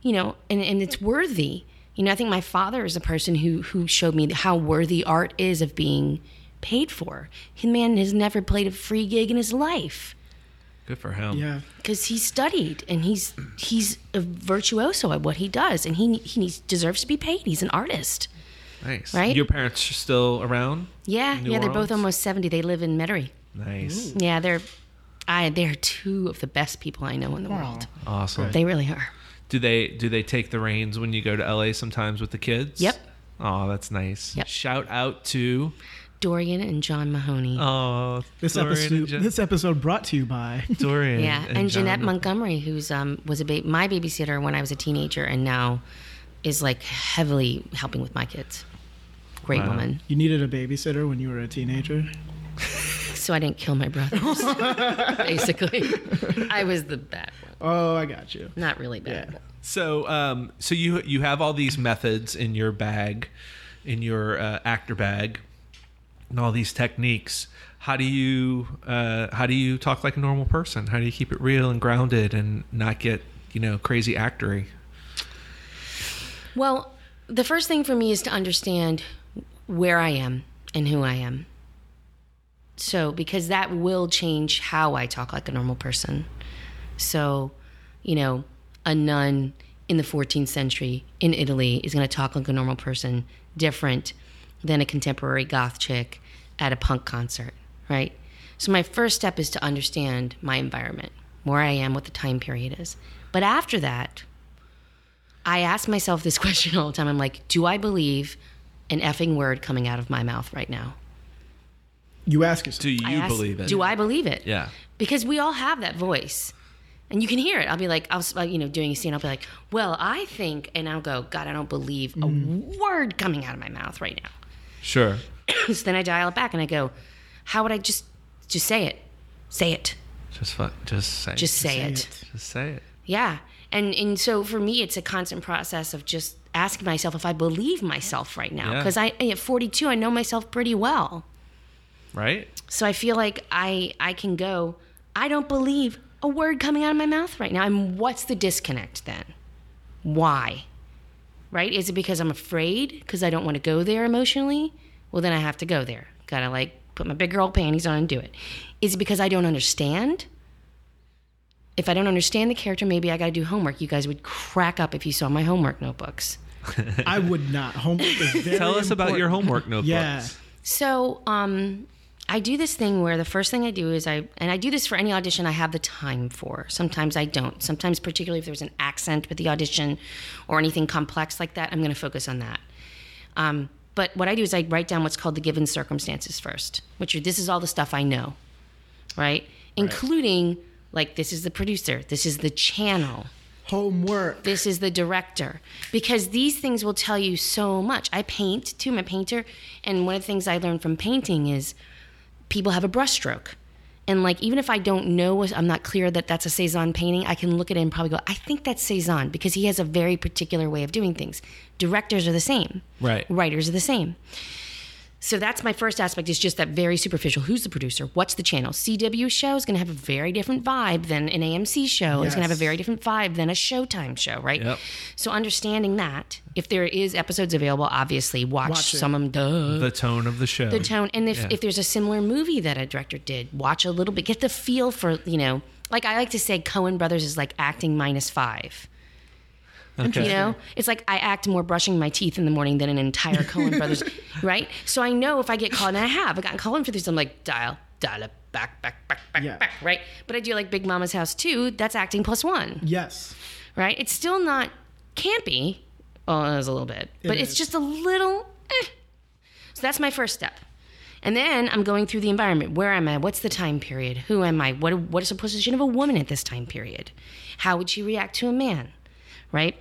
you know, and, and it's worthy. You know, I think my father is a person who who showed me how worthy art is of being paid for. His man has never played a free gig in his life Good for him. Yeah. because he studied and he's he's a virtuoso at what he does, and he he needs, deserves to be paid. He's an artist, nice. Right? Your parents are still around. yeah, New yeah. They're Orleans? both almost seventy. They live in Metairie. Nice, Yeah, they're I they're two of the best people I know in the world. awesome. They really are. do they do they take the reins when you go to LA sometimes with the kids? Yep. Oh, that's nice. Yep. Shout out to Dorian and John Mahoney. oh This Dorian episode, and Jan- this episode brought to you by. Dorian Yeah, and, Jeanette John. Montgomery, who's um, was a ba- my babysitter when I was a teenager, and now is like heavily helping with my kids. Great Wow. woman. You needed a babysitter when you were a teenager. So I didn't kill my brothers. basically, I was the bad one. Oh, I got you. Not really bad. Yeah. So um so you you have all these methods in your bag, in your uh, actor bag, and all these techniques. How do you uh, how do you talk like a normal person? How do you keep it real and grounded and not get you know crazy actory? Well, the first thing for me is to understand where I am and who I am. So, because that will change how I talk like a normal person. So, you know, a nun in the 14th century in Italy is going to talk like a normal person different than a contemporary goth chick at a punk concert, right? So my first step is to understand my environment, where I am, what the time period is. But after that, I ask myself this question all the time. I'm like, do I believe an effing word coming out of my mouth right now? You ask yourself. Do you I ask, believe it? Do I believe it? Yeah. Because we all have that voice. And you can hear it. I'll be like, I'll, s- like, you know, doing a scene. I'll be like, well, I think, and I'll go, God, I don't believe Mm. a word coming out of my mouth right now. Sure. so then I dial it back and I go, how would I just, just say it? Say it. Just fuck. Just say. Just say, Say it. it. it. Just say it. Yeah. And, and so for me, it's a constant process of just asking myself if I believe myself right now. Yeah. Because I, at 42, I know myself pretty well. Right. So I feel like I I can go. I don't believe a word coming out of my mouth right now. I'm what's the disconnect then? Why? Right? Is it because I'm afraid because I don't want to go there emotionally? Well, then I have to go there. Got to like put my big girl panties on and do it. Is it because I don't understand? If I don't understand the character, maybe I got to do homework. You guys would crack up if you saw my homework notebooks. I would not. Homework is very Tell us about your important. homework notebooks. Yeah. So, um, I do this thing where the first thing I do is I, and I do this for any audition I have the time for. Sometimes I don't. Sometimes, particularly if there's an accent with the audition or anything complex like that, I'm going to focus on that. Um, but what I do is I write down what's called the given circumstances first, which are this is all the stuff I know, right? Including like this is the producer, this is the channel, Homework. this is the director because these things will tell you so much i paint too i'm a painter and one of the things i learned from painting is people have a brushstroke and like even if i don't know what- i'm not clear that that's a cezanne painting i can look at it and probably go i think that's cezanne because he has a very particular way of doing things directors are the same Right. writers are the same so that's my first aspect is just that very superficial. Who's the producer? What's the channel? CW show is going to have a very different vibe than an AMC show. It's going to have a Yes. very different vibe than a Showtime show, right? Yep. So understanding that, if there is episodes available, obviously watch, Watch it. some of them. Duh. The tone of the show. The tone, and if, if there's a similar movie that a director did, watch a little bit. Get the feel for you know. Like I like to say, Cohen Brothers is like acting minus five. Okay. You know, it's like I act more brushing my teeth in the morning than an entire Cohen Brothers, right? So I know if I get called, and I have, I gotten called in for these. I'm like, dial, dial it back, back, back, back, Yeah. back, right? But I do like Big Mama's House too. That's acting plus one, Yes. right? It's still not campy. Oh, it was a little bit, but it's is. just a little. Eh. So that's my first step. And then I'm going through the environment. Where am I? What's the time period? Who am I? What, what is the position of a woman at this time period? How would she react to a man? Right?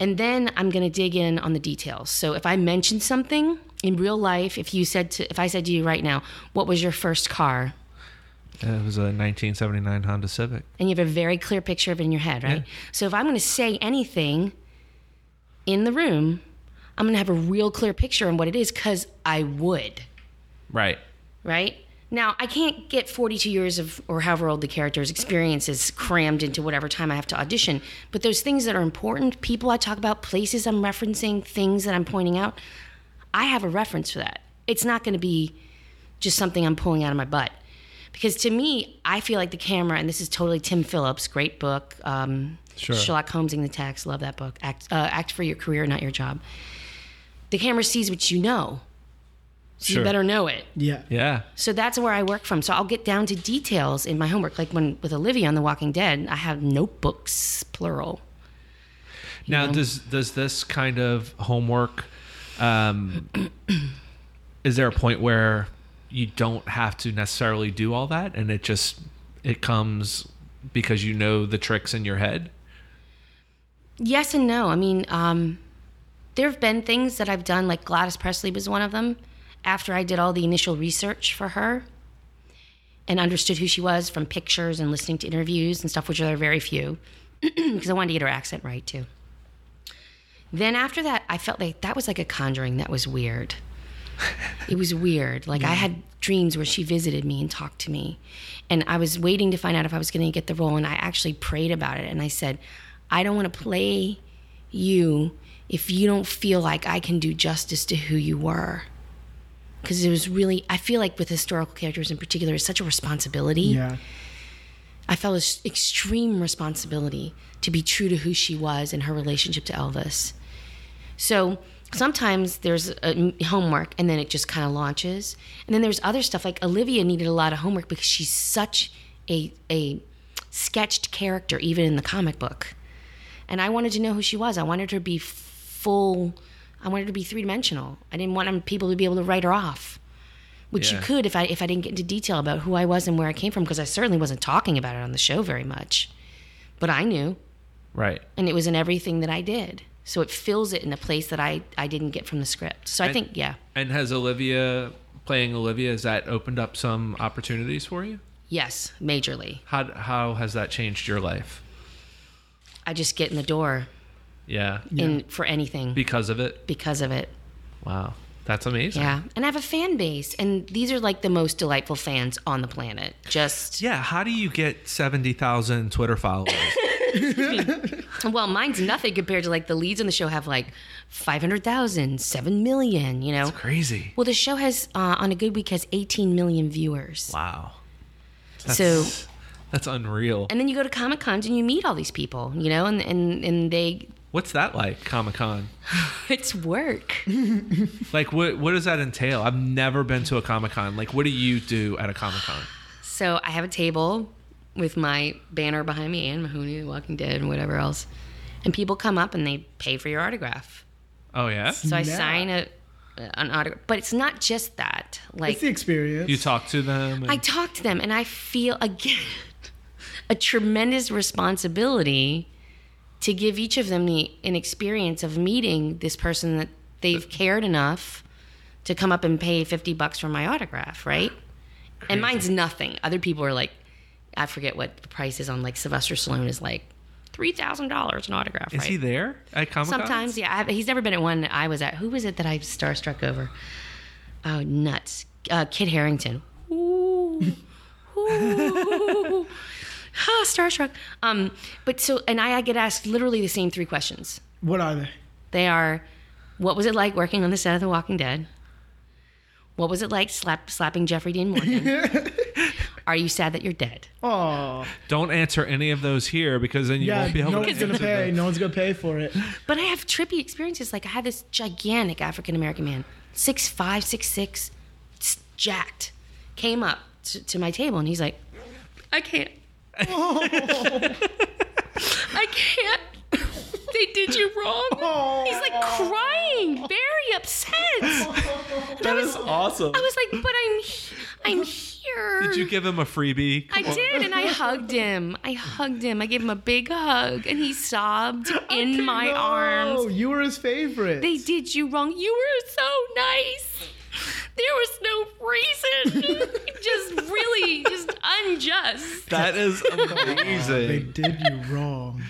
And then I'm going to dig in on the details. So if I mention something in real life, if you said to, if I said to you right now, what was your first car? It was a 1979 Honda Civic. and you have a very clear picture of it in your head, right? So if I'm going to say anything in the room, I'm going to have a real clear picture on what it is because I would, Right. right? Now, I can't get 42 years of, or however old the character's experience is crammed into whatever time I have to audition, but those things that are important, people I talk about, places I'm referencing, things that I'm pointing out, I have a reference for that. It's not going to be just something I'm pulling out of my butt. Because to me, I feel like the camera, and this is totally Tim Phillips, great book. Um, Sure. Sherlock Holmes in the Tax, love that book. Act, uh, act for your career, not your job. The camera sees what you know, so Sure. you better know it. Yeah. Yeah. So that's where I work from. So I'll get down to details in my homework. Like when with Olivia on The Walking Dead, I have notebooks, plural. Now, does does this kind of homework? Um, is there a point where you don't have to necessarily do all that, and it just it comes because you know the tricks in your head? Yes and no. I mean, um, there have been things that I've done, like Gladys Presley was one of them, after I did all the initial research for her and understood who she was from pictures and listening to interviews and stuff, which are very few, because I wanted to get her accent right too. Then after that, I felt like that was like a conjuring that was weird. it was weird. Like I had dreams where she visited me and talked to me. And I was waiting to find out if I was going to get the role. And I actually prayed about it. And I said, I don't want to play you if you don't feel like I can do justice to who you were. Because it was really, I feel like with historical characters in particular, it's such a responsibility. Yeah. I felt this extreme responsibility to be true to who she was and her relationship to Elvis. So sometimes there's a, homework and then it just kind of launches. And then there's other stuff like Olivia needed a lot of homework because she's such a a sketched character even in the comic book. And I wanted to know who she was. I wanted her to be full I wanted her to be three-dimensional. I didn't want people to be able to write her off. Which Yeah. you could if I if I didn't get into detail about who I was and where I came from because I certainly wasn't talking about it on the show very much. But I knew Right. and it was in everything that I did. So it fills it in a place that I, I didn't get from the script. So I And- think, yeah, And has Olivia playing Olivia has that opened up some opportunities for you? yes, majorly. How how has that changed your life? I just get in the door Yeah. in for anything Because of it. because of it. Wow. That's amazing. Yeah. And I have a fan base and these are like the most delightful fans on the planet. Just Yeah, how do you get 70,000 Twitter followers? well, mine's nothing compared to like the leads on the show have like 500,000, 7 million, you know. Crazy. Well, the show has uh, on a good week has 18 million viewers. Wow. So that's unreal. and then you go to Comic Cons and you meet all these people, you know, and and, and they What's that like, Comic Con? it's work. Like, what what does that entail? I've never been to a Comic Con. Like, what do you do at a Comic Con? So I have a table with my banner behind me and Mahoney, The Walking Dead, and whatever else. And people come up and they pay for your autograph. Oh yeah, So I Yeah. sign a an autograph, but it's not just that. Like It's the experience. you talk to them. and- I talk to them and I feel again a tremendous responsibility to give each of them the, an experience of meeting this person that they've cared enough to come up and pay 50 bucks for my autograph, right? And mine's nothing. Other people are like, I forget what the price is on like Sylvester Stallone is like $3,000 an autograph, Is right? he there at Comic Con? Sometimes, yeah. I, he's never been at one that I was at. Who was it that I starstruck over? Oh, nuts. Uh, Kid Harrington. Ooh. Ooh. ah, starstruck. Um, but so, and I, I get asked literally the same three questions. what are they? They are what was it like working on the set of The Walking Dead? What was it like slap, slapping Jeffrey Dean Morgan? Are you sad that you're dead? Oh, Don't answer any of those here because then you yeah. won't be able No to one's gonna answer pay. them. No one's gonna pay for it. But I have trippy experiences. Like I had this gigantic African American man, six five, six six, s- jacked, came up to, to my table and he's like, "I can't, I can't. they did you wrong." Oh. He's like crying, very upset. And I was, awesome. I was like, "But I'm, he- I'm here." Did you give him a freebie? I did, and I hugged him. I hugged him. I gave him a big hug, and he sobbed in my No, arms. you were his favorite. They did you wrong. You were so nice. There was no reason. just really, just unjust. That is They amazing. did you wrong.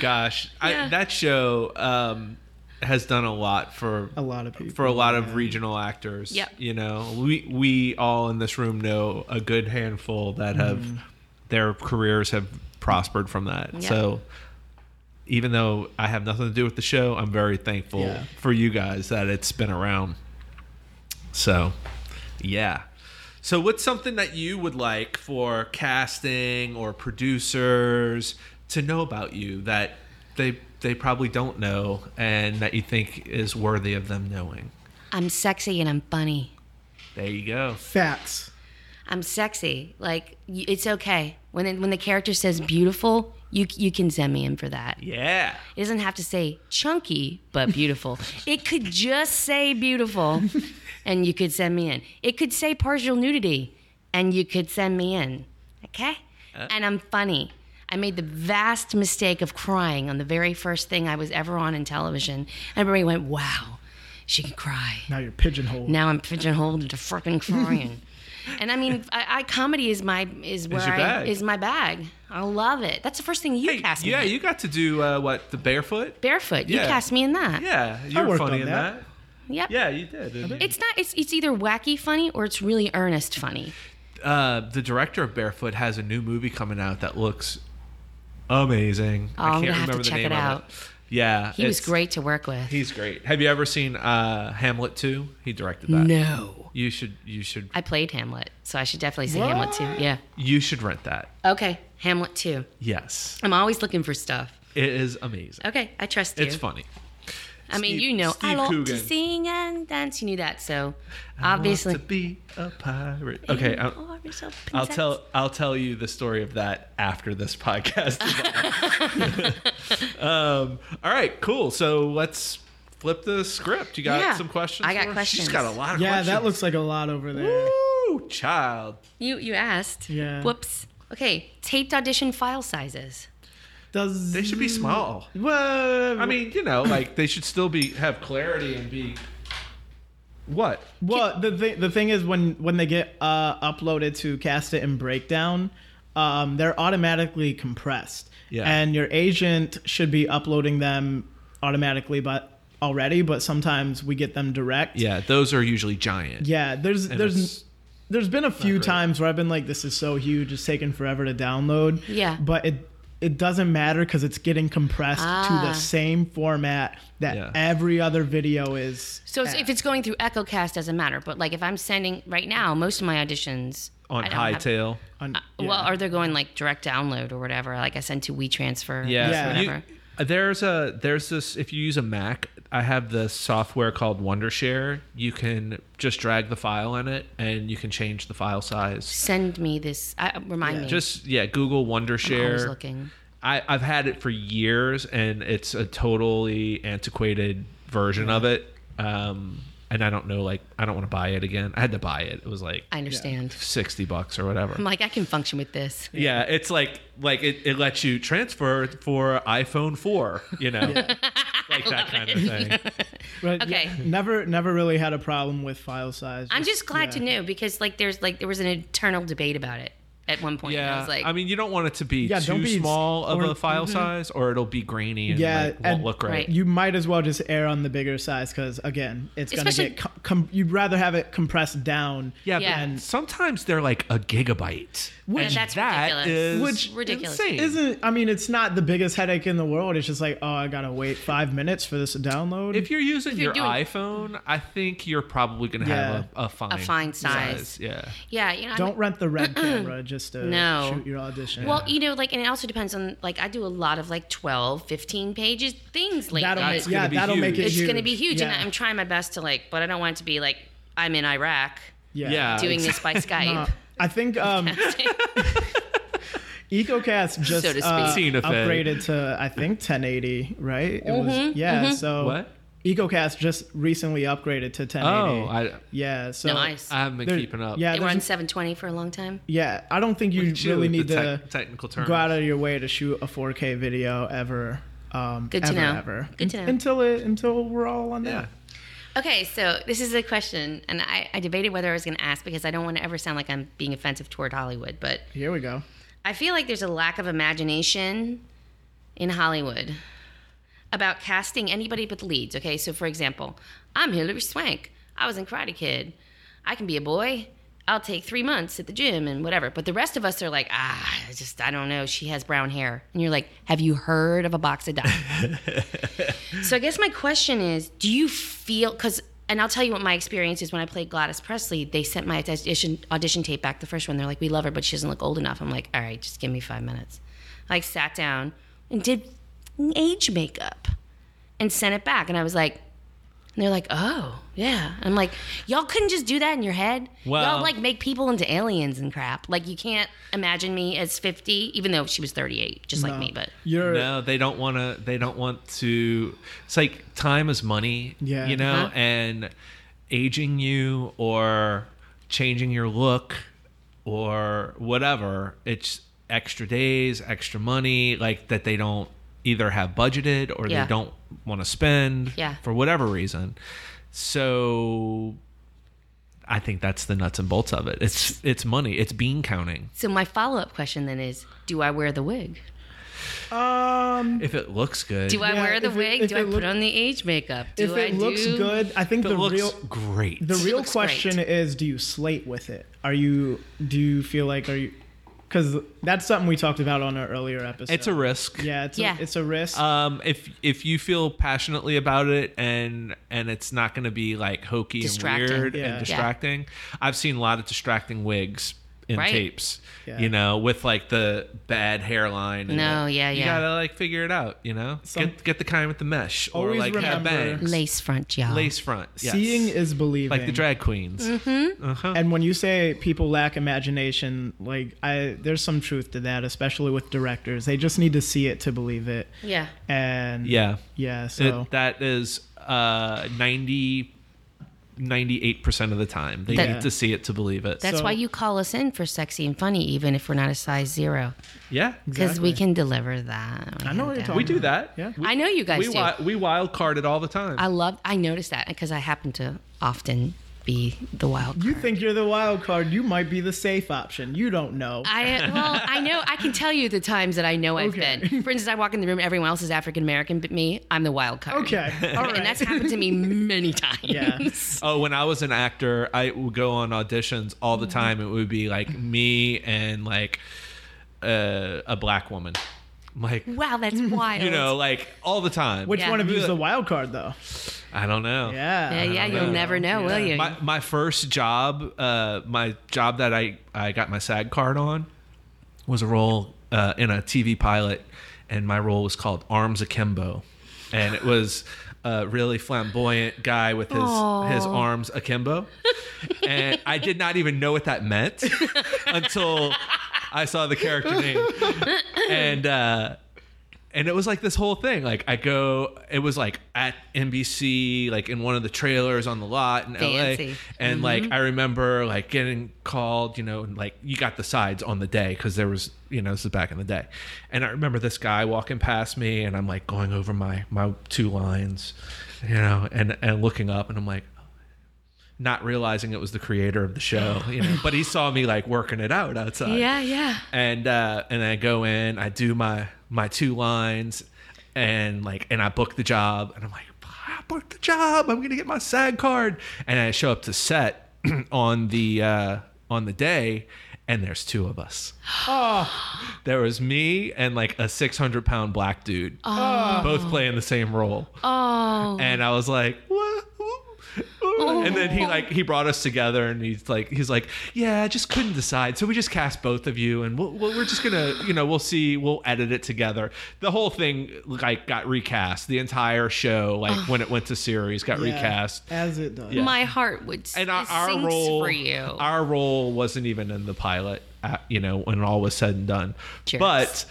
Gosh, I, Yeah. that show um, has done a lot for A lot of people. for a lot of regional actors. Yep. You know, we we all in this room know a good handful that have their careers have prospered from that. Yep. So even though I have nothing to do with the show, I'm very thankful Yeah. for you guys that it's been around. So, yeah. So what's something that you would like for casting or producers to know about you that they they probably don't know and that you think is worthy of them knowing? I'm sexy and I'm funny. There you go. facts. I'm sexy. Like y- it's okay when it, when the character says beautiful. You, you can send me in for that. Yeah. It doesn't have to say chunky, but beautiful. it could just say beautiful, and you could send me in. It could say partial nudity, and you could send me in. Okay? Uh. and I'm funny. I made the vast mistake of crying on the very first thing I was ever on in television. And everybody went, wow, she can cry. Now you're pigeonholed. Now I'm pigeonholed into frickin' crying. and I mean, I, I comedy is my is where your I bag. is my bag. I love it. That's the first thing you Hey, cast me. yeah, in. you got to do uh, what the barefoot. barefoot. You Yeah. cast me in that. Yeah, you I were worked funny on in that. that. Yep. Yeah, you did. didn't you? It's not. It's it's either wacky funny or it's really earnest funny. Uh, the director of Barefoot has a new movie coming out that looks amazing. Oh, I'm I can't gonna have to remember the check name it of out. it. Yeah, He was it's- great to work with. He's great. Have you ever seen uh, Hamlet 2? He directed that. no. You should you should I played Hamlet, so I should definitely see Hamlet too. Yeah. you should rent that. Okay, Hamlet too. Yes. I'm always looking for stuff. It is amazing. Okay, I trust you. It's funny. I mean, you know, I Steve love to Coogan. sing and dance. You knew that, so obviously. to be a pirate. Okay, uh, i Oh, I'm so I'll princess. tell I'll tell you the story of that after this podcast. is over. um, all right, cool. So let's flip the script. You got Yeah, some questions? I got for us? She's questions. got a lot of Yeah, questions. that looks like a lot over there. Woo, child. You you asked. Yeah. Whoops. Okay, taped audition file sizes. Does They should be Mm. small. Well, I mean, you know, like they should still be have clarity and be what? Well, the thing the thing is when when they get uh, uploaded to Casta and Breakdown, um, they're automatically compressed, Yeah. and your agent should be uploading them automatically, but already. But sometimes we get them direct. Yeah, those are usually giant. yeah. There's it's there's there's been a few great. times where I've been like, "This is so huge, it's taking forever to download." Yeah. but it. It doesn't matter because it's getting compressed to Ah. the same format that Yeah. every other video is. So it's- if it's going through EchoCast, doesn't matter. But like if I'm sending right now, most of my auditions on I don't have- hightail. on- Uh, yeah. Well, are they going like direct download or whatever? Like I send to WeTransfer. Yeah. Yeah. so you- uh, Whatever. there's a there's this if you use a Mac, I have the software called Wondershare. You can just drag the file in it and you can change the file size. Send me this. I, remind me. Just yeah, Google I'm always Wondershare. looking. I, I've had it for years and it's a totally antiquated version of it. Um, and I don't know like I don't want to buy it again. I had to buy it. It was like I understand. sixty bucks or whatever. I'm like I can function with this. Yeah, it's like like it, it lets you transfer for iPhone four, you know, like that kind of thing. Right, Okay. yeah. Never, never really had a problem with file size. I'm just glad to yeah. know because like there's like there was an eternal debate about it at one point. And Yeah, I was like, Mm-hmm. mean, you don't want it to be Yeah, too don't be- small of or- a file size, or it'll be grainy and Yeah, like, won't and- look right. Right. You might as well just err on the bigger size because again, it's going to Especially- get. Com- com- you'd rather have it compressed down. Yeah, Yeah. but sometimes they're like a gigabyte, Which- and That's that ridiculous. is Which Ridiculous. insane. Isn't I mean, it's not the biggest headache in the world. It's just like, oh, I gotta wait five minutes for this to download. If you're using you're your doing- iPhone, I think you're probably going to have a, a fine, fine size. Yeah, yeah, you know, I'm- don't rent the red camera just to No. shoot your audition. Well, you know, like, and it also depends on, like, I do a lot of like 12, 15 pages things lately. that'll make, That's yeah, gonna be that'll huge. make it. it's huge. going to be huge. Yeah. And I'm trying my best to, like, but I don't want it to be like, I'm in Iraq yeah. Yeah. doing this by Uh, Skype. I think um, EcoCast just So to speak. uh, Seen a Fed. upgraded to I think 1080, right? It was Mm-hmm, yeah. So What? EcoCast just recently upgraded to 1080. Oh, I yeah. So Nice. I haven't been there- keeping up. Yeah, they were on there's- 720 for a long time. yeah. I don't think you Shoot, really the need to tec- technical terms. go out of your way to shoot a 4K video ever. Um, Good to ever, know. Ever. Good to know. Until it until we're all on yeah. that. Okay, so this is a question, and I, I debated whether I was going to ask because I don't want to ever sound like I'm being offensive toward Hollywood, but Here we go. I feel like there's a lack of imagination in Hollywood about casting anybody but the leads. Okay, so for example, I'm Hilary Swank. I was in Karate Kid. I can be a boy. I'll take three months at the gym and whatever. But the rest of us are like, ah, I just, I don't know. She has brown hair. And you're like, have you heard of a box of dimes? so I guess my question is do you feel, because, and I'll tell you what my experience is when I played Gladys Presley, they sent my audition, audition tape back the first one. They're like, we love her, but she doesn't look old enough. I'm like, all right, just give me five minutes. Like, sat down and did age makeup and sent it back. And I was like, and they're like, oh, yeah. I'm like, y'all couldn't just do that in your head. Well- y'all like make people into aliens and crap. Like, you can't imagine me as 50, even though she was 38, just like me. But Uh, You're No, they don't want to. They don't want to. It's like time is money. Yeah. you know, Uh-huh. and aging you or changing your look or whatever. It's extra days, extra money, like that they don't either have budgeted or Yeah. they don't want to spend. Yeah. for whatever reason. So. I think that's the nuts and bolts of it. It's it's money. It's bean counting. so my follow up question then is do I wear the wig? um. If it looks good, Do I Yeah, wear the if it- wig? if do I it put look- on the age makeup? Do if it I looks do- good, I think if the it looks real great. the real looks great. question is do you slate with it are you do you feel like are you because that's something we talked about on our earlier episode It's a risk. yeah it's, Yeah. A, it's a risk Um, if if you feel passionately about it and and it's not going to be like hokey and Distracting. weird Yeah. Yeah. and distracting, I've seen a lot of distracting wigs, in Right. tapes, Yeah. you know, with like the bad hairline. and No, the- yeah, you yeah. gotta like figure it out, you know. Some- get get the kind with the mesh or Always like have remember- bangs, Lace front, Mm-hmm. y'all. lace front, yes. Seeing is believing. like the drag queens. And when you say people lack imagination, like I, there's some truth to that, especially with directors. They just need to see it to believe it. Yeah. And Yeah, yeah. So It- that is uh 90 98 percent of the time they That- need to see it to believe it. That's So- why you call us in for sexy and funny, even if we're not a size zero, yeah, because Exactly. we can deliver that. I know what you're we talking do that. Yeah. we, I know you guys we, do. wi- we wild card it all the time. I love. I noticed that because I happen to often be the wild. You card. think you're the wild card? You might be the safe option. You don't know. I well, I know. I can tell you the times that I know I've Okay. been. For instance, I walk in the room, everyone else is African American, but me, I'm the wild card. okay. All right. and that's happened to me many times. Yeah. Oh, when I was an actor, I would go on auditions all Mm-hmm. the time. It would be like me and like uh, a black woman, like Wow, that's wild. you know, like all the time. Which Yeah. one of you is the wild card, though? I don't know. Yeah, Yeah. yeah, you'll know. never know, will you? My uh, my first job, uh, my job that I I got my SAG card on, was a role uh, in a TV pilot, and my role was called Arms Akimbo, and it was a really flamboyant guy with his his arms akimbo, and I did not even know what that meant until I saw the character name, and. Uh, and it was like this whole thing. Like I go, it was like at NBC, like in one of the trailers on the lot in LA. Fancy. Mm-hmm. And like I remember like getting called, you know, and like you got the sides on the day because there was, you know, this is back in the day. And I remember this guy walking past me, and I'm like going over my my two lines, you know, and and looking up, and I'm like. Not realizing it was the creator of the show, you know, but he saw me like working it out outside yeah, yeah. and uh, and I go in, I do my my two lines, and like and I book the job, and I'm like, I booked the job, I'm gonna get my SAG card, and I show up to set on the uh, on the day, and there's two of us. There was me and like a 600 pound black dude, both playing the same role Oh, and I was like, what? And then he like he brought us together, and he's like he's like, yeah, I just couldn't decide, so we just cast both of you, and we'll, we'll, we're just gonna you know we'll see we'll edit it together. The whole thing like got recast, the entire show like when it went to series got Yeah. recast, As it does. my heart would s- and our, it our sinks role for you. our role wasn't even in the pilot, uh, you know when all was said and done, Jerks. but.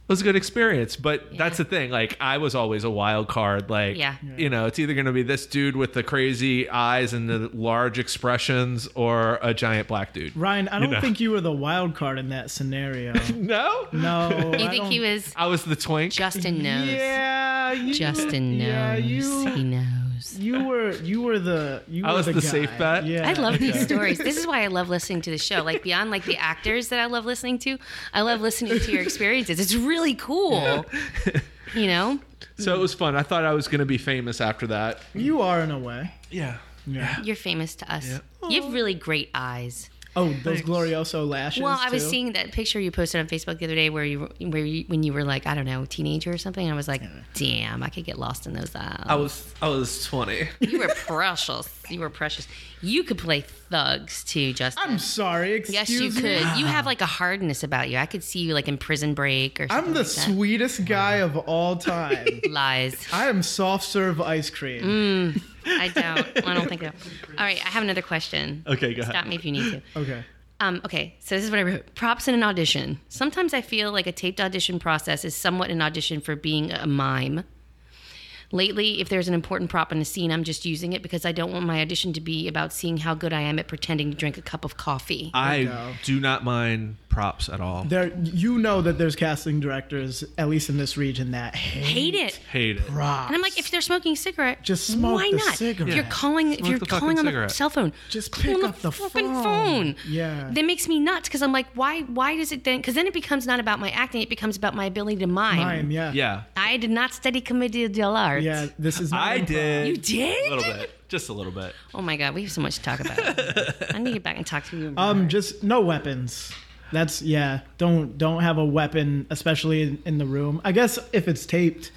It was a good experience, but that's the thing. Like I was always a wild card. Like Yeah. you know, it's either going to be this dude with the crazy eyes and the large expressions or a giant black dude. Ryan, I don't know. think you were the wild card in that scenario. No? No. you I think he don't- was? I was the twink. Justin knows. Yeah. You, Justin knows. Yeah, He you. knows. You were. You were the. You I were was the, the guy. safe bet. Yeah. I love these stories. This is why I love listening to the show. Like beyond like the actors that I love listening to, I love listening to your experiences. It's really cool. You know, So it was fun. I thought I was going to be famous after that. You are in a way. Yeah. Yeah. you're famous to us. You have really great eyes. Oh, those glorioso lashes. Well, I was too. seeing that picture you posted on Facebook the other day where you were- where you, when you were like I don't know teenager or something. And I was like, damn, I could get lost in those eyes. I was I was 20. You were precious. You were precious. You could play thugs too, Justin. I'm sorry. Excuse yes, me. you could. You have like a hardness about you. I could see you like in Prison Break or something. I'm the like that. sweetest guy of all time. lies. I am soft serve ice cream. Mm. I don't. I don't think so. All right, I have another question. Okay, go ahead. Stop me if you need to. Okay. Um, okay, so this is what I wrote. Props in an audition. Sometimes I feel like a taped audition process is somewhat an audition for being a mime. Lately, if there's an important prop in a scene, I'm just using it because I don't want my audition to be about seeing how good I am at pretending to drink a cup of coffee. I go. do not mind props at all. There, you know that there's casting directors, at least in this region, that hate Hate it. Hate it. props. And I'm like, if they're smoking a cigarette, Just smoke why the not? cigarette. If you're calling, if Smoke you're the fucking calling on the cigarette. cell phone, Just call pick on up the fucking phone. phone. Yeah. that makes me nuts because I'm like, why? Why does it then? Because then it becomes not about my acting; it becomes about my ability to mime. Mime, yeah. Yeah. I did not study commedia dell'arte. Yeah, this is not I improv. did. You A little did? bit. Just a little bit. Oh my god, we have so much to talk about. I need to get back and talk to you. Um, just no weapons. That's yeah. Don't don't have a weapon, especially in, in the room. I guess if it's taped,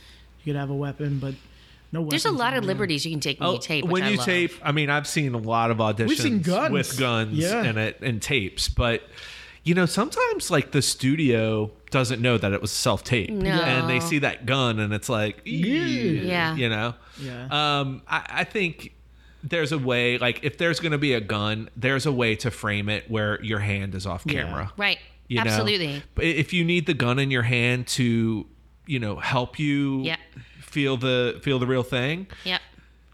you could have a weapon, but no weapons. There's a lot of liberties you can take when you tape. Oh, Which Oh, when I you love. tape, I mean, I've seen a lot of auditions We've seen guns. with guns Yeah. and it and tapes, but you know, sometimes like the studio doesn't know that it was self taped, No. and they see that gun, and it's like, Yeah. yeah, you know, Yeah. Um, I, I think there's a way, like, if there's going to be a gun, there's a way to frame it where your hand is off Yeah. camera, Right. you know? Absolutely. But i- if you need the gun in your hand to, you know, help you Yeah. feel the feel the real thing, Yep.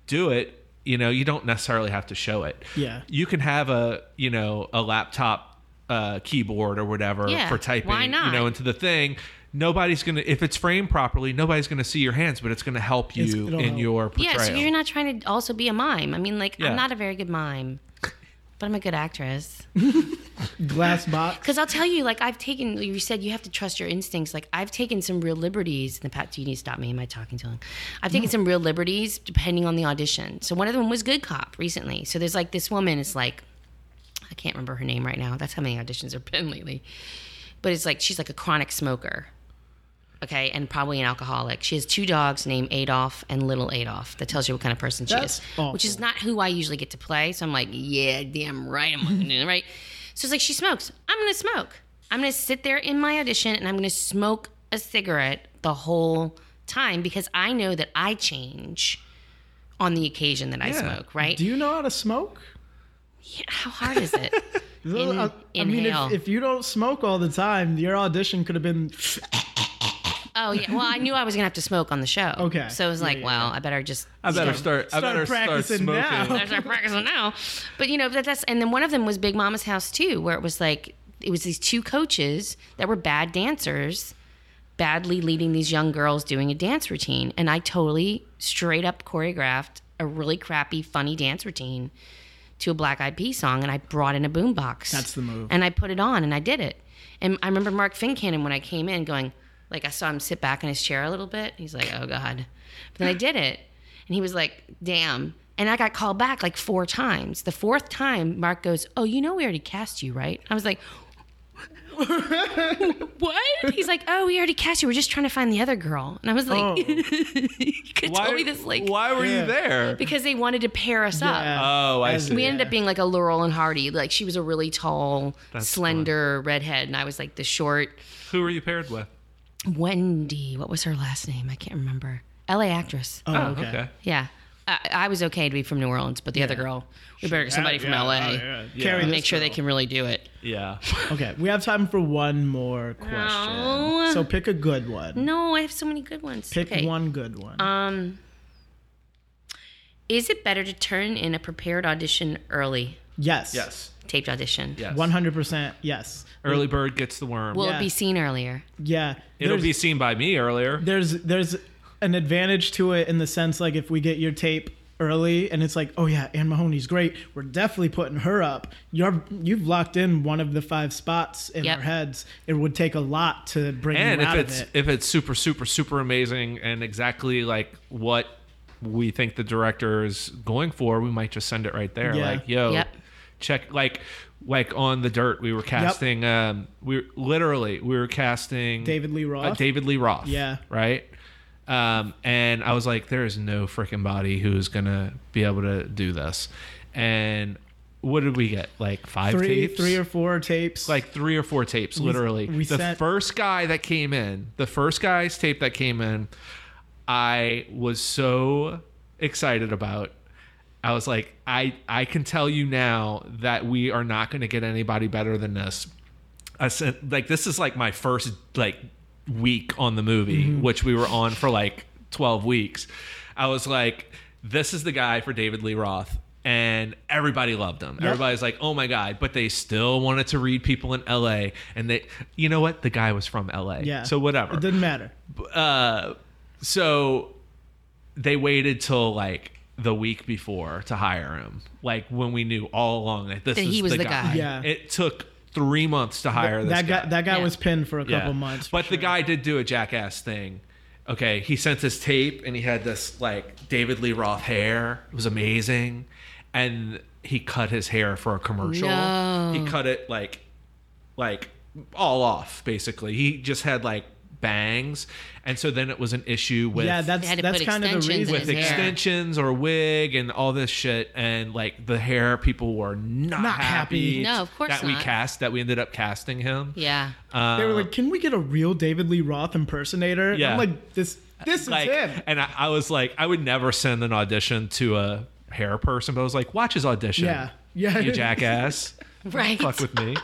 do it. You know, you don't necessarily have to show it. Yeah. You can have a, you know, a laptop uh, keyboard or whatever Yeah, for typing, why you not? know, into the thing. Nobody's going to if it's framed properly, nobody's going to see your hands, but it's going to help It's- you it'll in help. your portrayal. Yeah, so you're not trying to also be a mime. I mean, like, Yeah. I'm not a very good mime, but I'm a good actress. Glass box. Because I'll tell you, like, I've taken, you said you have to trust your instincts. Like, I've taken some real liberties. And Pat, do you need to stop me? Am I talking too long? I've taken some real liberties depending on the audition. So one of them was Good Cop recently. So there's like this woman, it's like, I can't remember her name right now. That's how many auditions there have been lately. But it's like, she's like a chronic smoker. Okay, and probably an alcoholic. She has two dogs named Adolf and Little Adolf. That tells you what kind of person she That's is, awful. which is not who I usually get to play. So I'm like, yeah, damn right, I'm gonna do it right. So it's like she smokes. I'm gonna smoke. I'm gonna sit there in my audition and I'm gonna smoke a cigarette the whole time because I know that I change on the occasion that I Yeah. smoke. Right? Do you know how to smoke? How hard is it? In- I, I mean, inhale. if, if you don't smoke all the time, your audition could have been. oh yeah. Well, I knew I was gonna have to smoke on the show. Okay. So it was Yeah, like, yeah, well, I better just I better start, I start better start practicing smoking. now. there's our practice now. But you know, that, that's and then one of them was Big Mama's House too, where it was like it was these two coaches that were bad dancers, badly leading these young girls doing a dance routine, and I totally straight up choreographed a really crappy, funny dance routine to a Black Eyed Peas song, and I brought in a boombox. That's the move. And I put it on, and I did it. And I remember Mark Fincannon when I came in going, like I saw him sit back in his chair a little bit. He's like, "Oh God," but then I did it, and he was like, "Damn." And I got called back like four times. The fourth time, Mark goes, "Oh, you know we already cast you, right?" I was like, "What?" He's like, "Oh, we already cast you. We're just trying to find the other girl." And I was like, Oh. "You could tell me this like why were Yeah. you there? because they wanted to pair us up." Yeah. oh, I see. We Yeah. ended up being like a Laurel and Hardy. Like she was a really tall, That's slender redhead, and I was like the short Who were you paired with? Wendy. What was her last name? I can't remember. LA actress. Oh, Oh, okay. okay. Yeah, I, I was okay to be from New Orleans, but the other girl, we better get somebody from Yeah, LA. oh, yeah. Carry And this Make sure they girl. can really do it. Yeah. Okay, we have time for one more question. No. So pick a good one. No, I have so many good ones. Pick okay. one good one. Um, is it better to turn in a prepared audition early, yes. Yes. taped audition? Yes. One hundred percent. Yes. Early bird gets the worm. Will Yeah. it be seen earlier? Yeah. It'll There's- be seen by me earlier. there's there's an advantage to it in the sense like if we get your tape early and it's like oh yeah Anne Mahoney's great we're definitely putting her up you're you've locked in one of the five spots in Yep. our heads it would take a lot to bring And you if out it's of it if it's super super super amazing and exactly like what we think the director is going for, we might just send it right there. Yeah. Like, yo, Yep. check like like on the dirt. We were casting. Um, we were- literally we were casting David Lee Roth? uh, David Lee Roth. Yeah. Right. Um, and I was like, there is no freaking body who's gonna be able to do this. And what did we get? Like five three tapes? three or four tapes like three or four tapes, literally. we the sent- first guy that came in, the first guy's tape that came in, I was so excited about. I was like, I I can tell you now that we are not going to get anybody better than this. I sent like this is like my first like week on the movie, Mm-hmm. which we were on for like twelve weeks. I was like, this is the guy for David Lee Roth. And everybody loved him. Everybody's like, "Oh my god!" But they still wanted to read people in L.A. And they, you know what? The guy was from L.A. yeah So whatever it didn't matter uh, so they waited till like the week before to hire him. Like when we knew all along that this That was he was the, the guy. guy. Yeah. It took three months to hire this that guy, guy. that guy Yeah. was pinned for a Yeah. couple months But the guy did do a jackass thing. Okay, he sent his tape and he had this like David Lee Roth hair. It was amazing. And he cut his hair for a commercial. No. He cut it like like all off basically. He just had like bangs, and so then it was an issue with yeah, They that's had to that's put kind of the extensions in reason. with his hair. extensions or wig and all this shit and like the hair people were not, Not happy, happy. No, of course that we not. cast that we ended up casting him Um, Yeah. they were like, "Can we get a real David Lee Roth impersonator?" And Yeah. I'm like, "This this like is him." and I, I was like I would never send an audition to a hair person but I was like watch his audition Yeah. Yeah. you jackass Right. fuck with me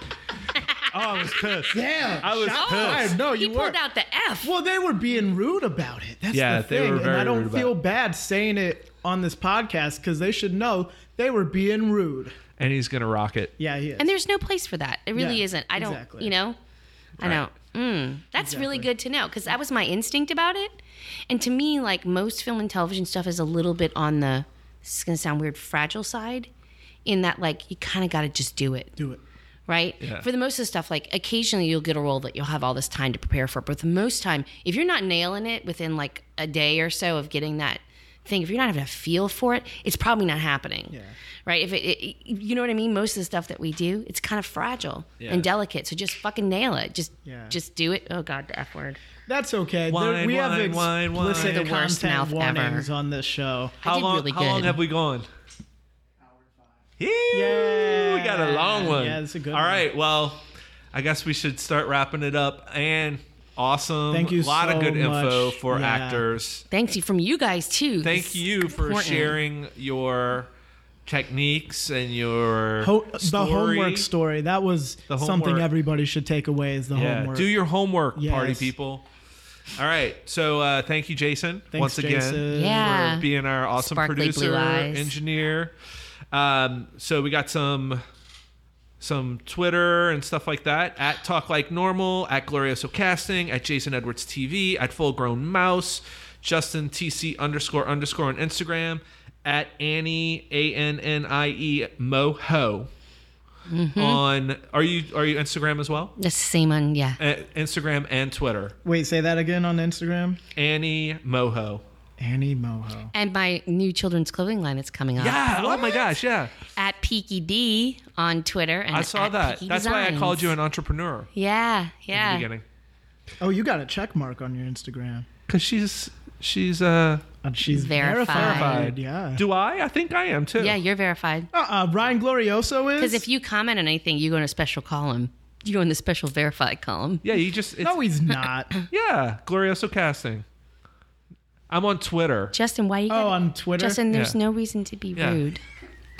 oh I was pissed Damn, I was Oh, shots pissed. fired. No, he you pulled were. out the F. Well, they were being rude about it. That's Yeah, the they thing. were and very I don't rude about feel it. bad saying it on this podcast because they should know they were being rude. and he's gonna rock it Yeah, he is. and there's no place for that. It really Yeah, isn't. I don't, exactly. you know, I Right. don't. Mm, that's really good to know because that was my instinct about it. And to me, like most film and television stuff is a little bit on the, this is going to sound weird, fragile side in that, like, you kind of got to just do it Do it. right? Yeah. For the most of the stuff, like occasionally you'll get a role that you'll have all this time to prepare for, but the most time, if you're not nailing it within like a day or so of getting that thing, if you're not having a feel for it, it's probably not happening, Yeah. right? If it, it, you know what I mean, most of the stuff that we do, it's kind of fragile Yeah. and delicate, so just fucking nail it. Just, Yeah. just do it. Oh God, the F word. That's okay. There- Wine, we have wine, wine, wine. explicit The worst content mouth ever. warnings on this show. how did long really how good. long have we gone yeah, we got a long one. Yeah, that's a good All one. right, well, I guess we should start wrapping it up. And awesome, Thank you a lot of so good info much. for Yeah. actors. Thanks you from you guys too. Thank This- you for important. sharing your techniques and your Ho- the story. homework story. That was The something homework. everybody should take away is the Yeah, homework. do your homework, party Yes. people. All right, so uh, thank you, Jason, Thanks, once again Jason. Yeah. for being our awesome Sparkly blue producer, eyes. engineer. Um, so we got some some Twitter and stuff like that at Talk Like Normal, at Glorioso Casting, at Jason Edwards TV, at Full Grown Mouse, Justin TC underscore underscore on Instagram, at Annie A N N I E Moho. Mm-hmm. On are you are you Instagram as well? The same one, yeah. Uh, Instagram and Twitter. Wait, say that again on Instagram. Annie Moho. Annie Moho. And my new children's clothing line that's coming up. Yeah. Oh my gosh. Yeah. At Peaky D on Twitter. And I saw at that. Peaky That's why I Designs. called you an entrepreneur Yeah, in the yeah. beginning. Oh, you got a check mark on your Instagram. Because she's she's uh. And she's Verified. verified. Verified. Yeah. Do I? I think I am too. Yeah, you're verified. Uh-uh, Ryan Glorioso is. Because if you comment on anything, you go in a special column. You go in the special verified column. Yeah. You just. It's, no, he's not. Yeah. Glorioso casting. I'm on Twitter. Justin, why you oh, gotta- on Twitter. Justin, there's Yeah. no reason to be Yeah. rude.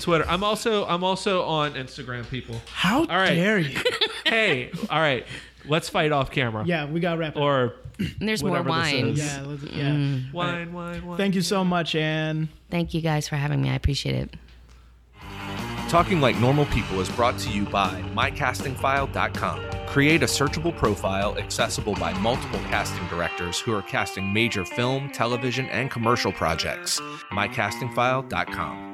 Twitter. I'm also I'm also on Instagram. People. How right. dare you? Hey. all right. Let's fight off camera. yeah, we got wrap it. up. Or And there's Whatever more this wine. is. Yeah, let's, yeah. Mm. wine, wine, wine. Thank you so much, Anne. Thank you guys for having me. I appreciate it. Talking Like Normal People is brought to you by MyCastingFile.com. Create a searchable profile accessible by multiple casting directors who are casting major film, television, and commercial projects. MyCastingFile.com.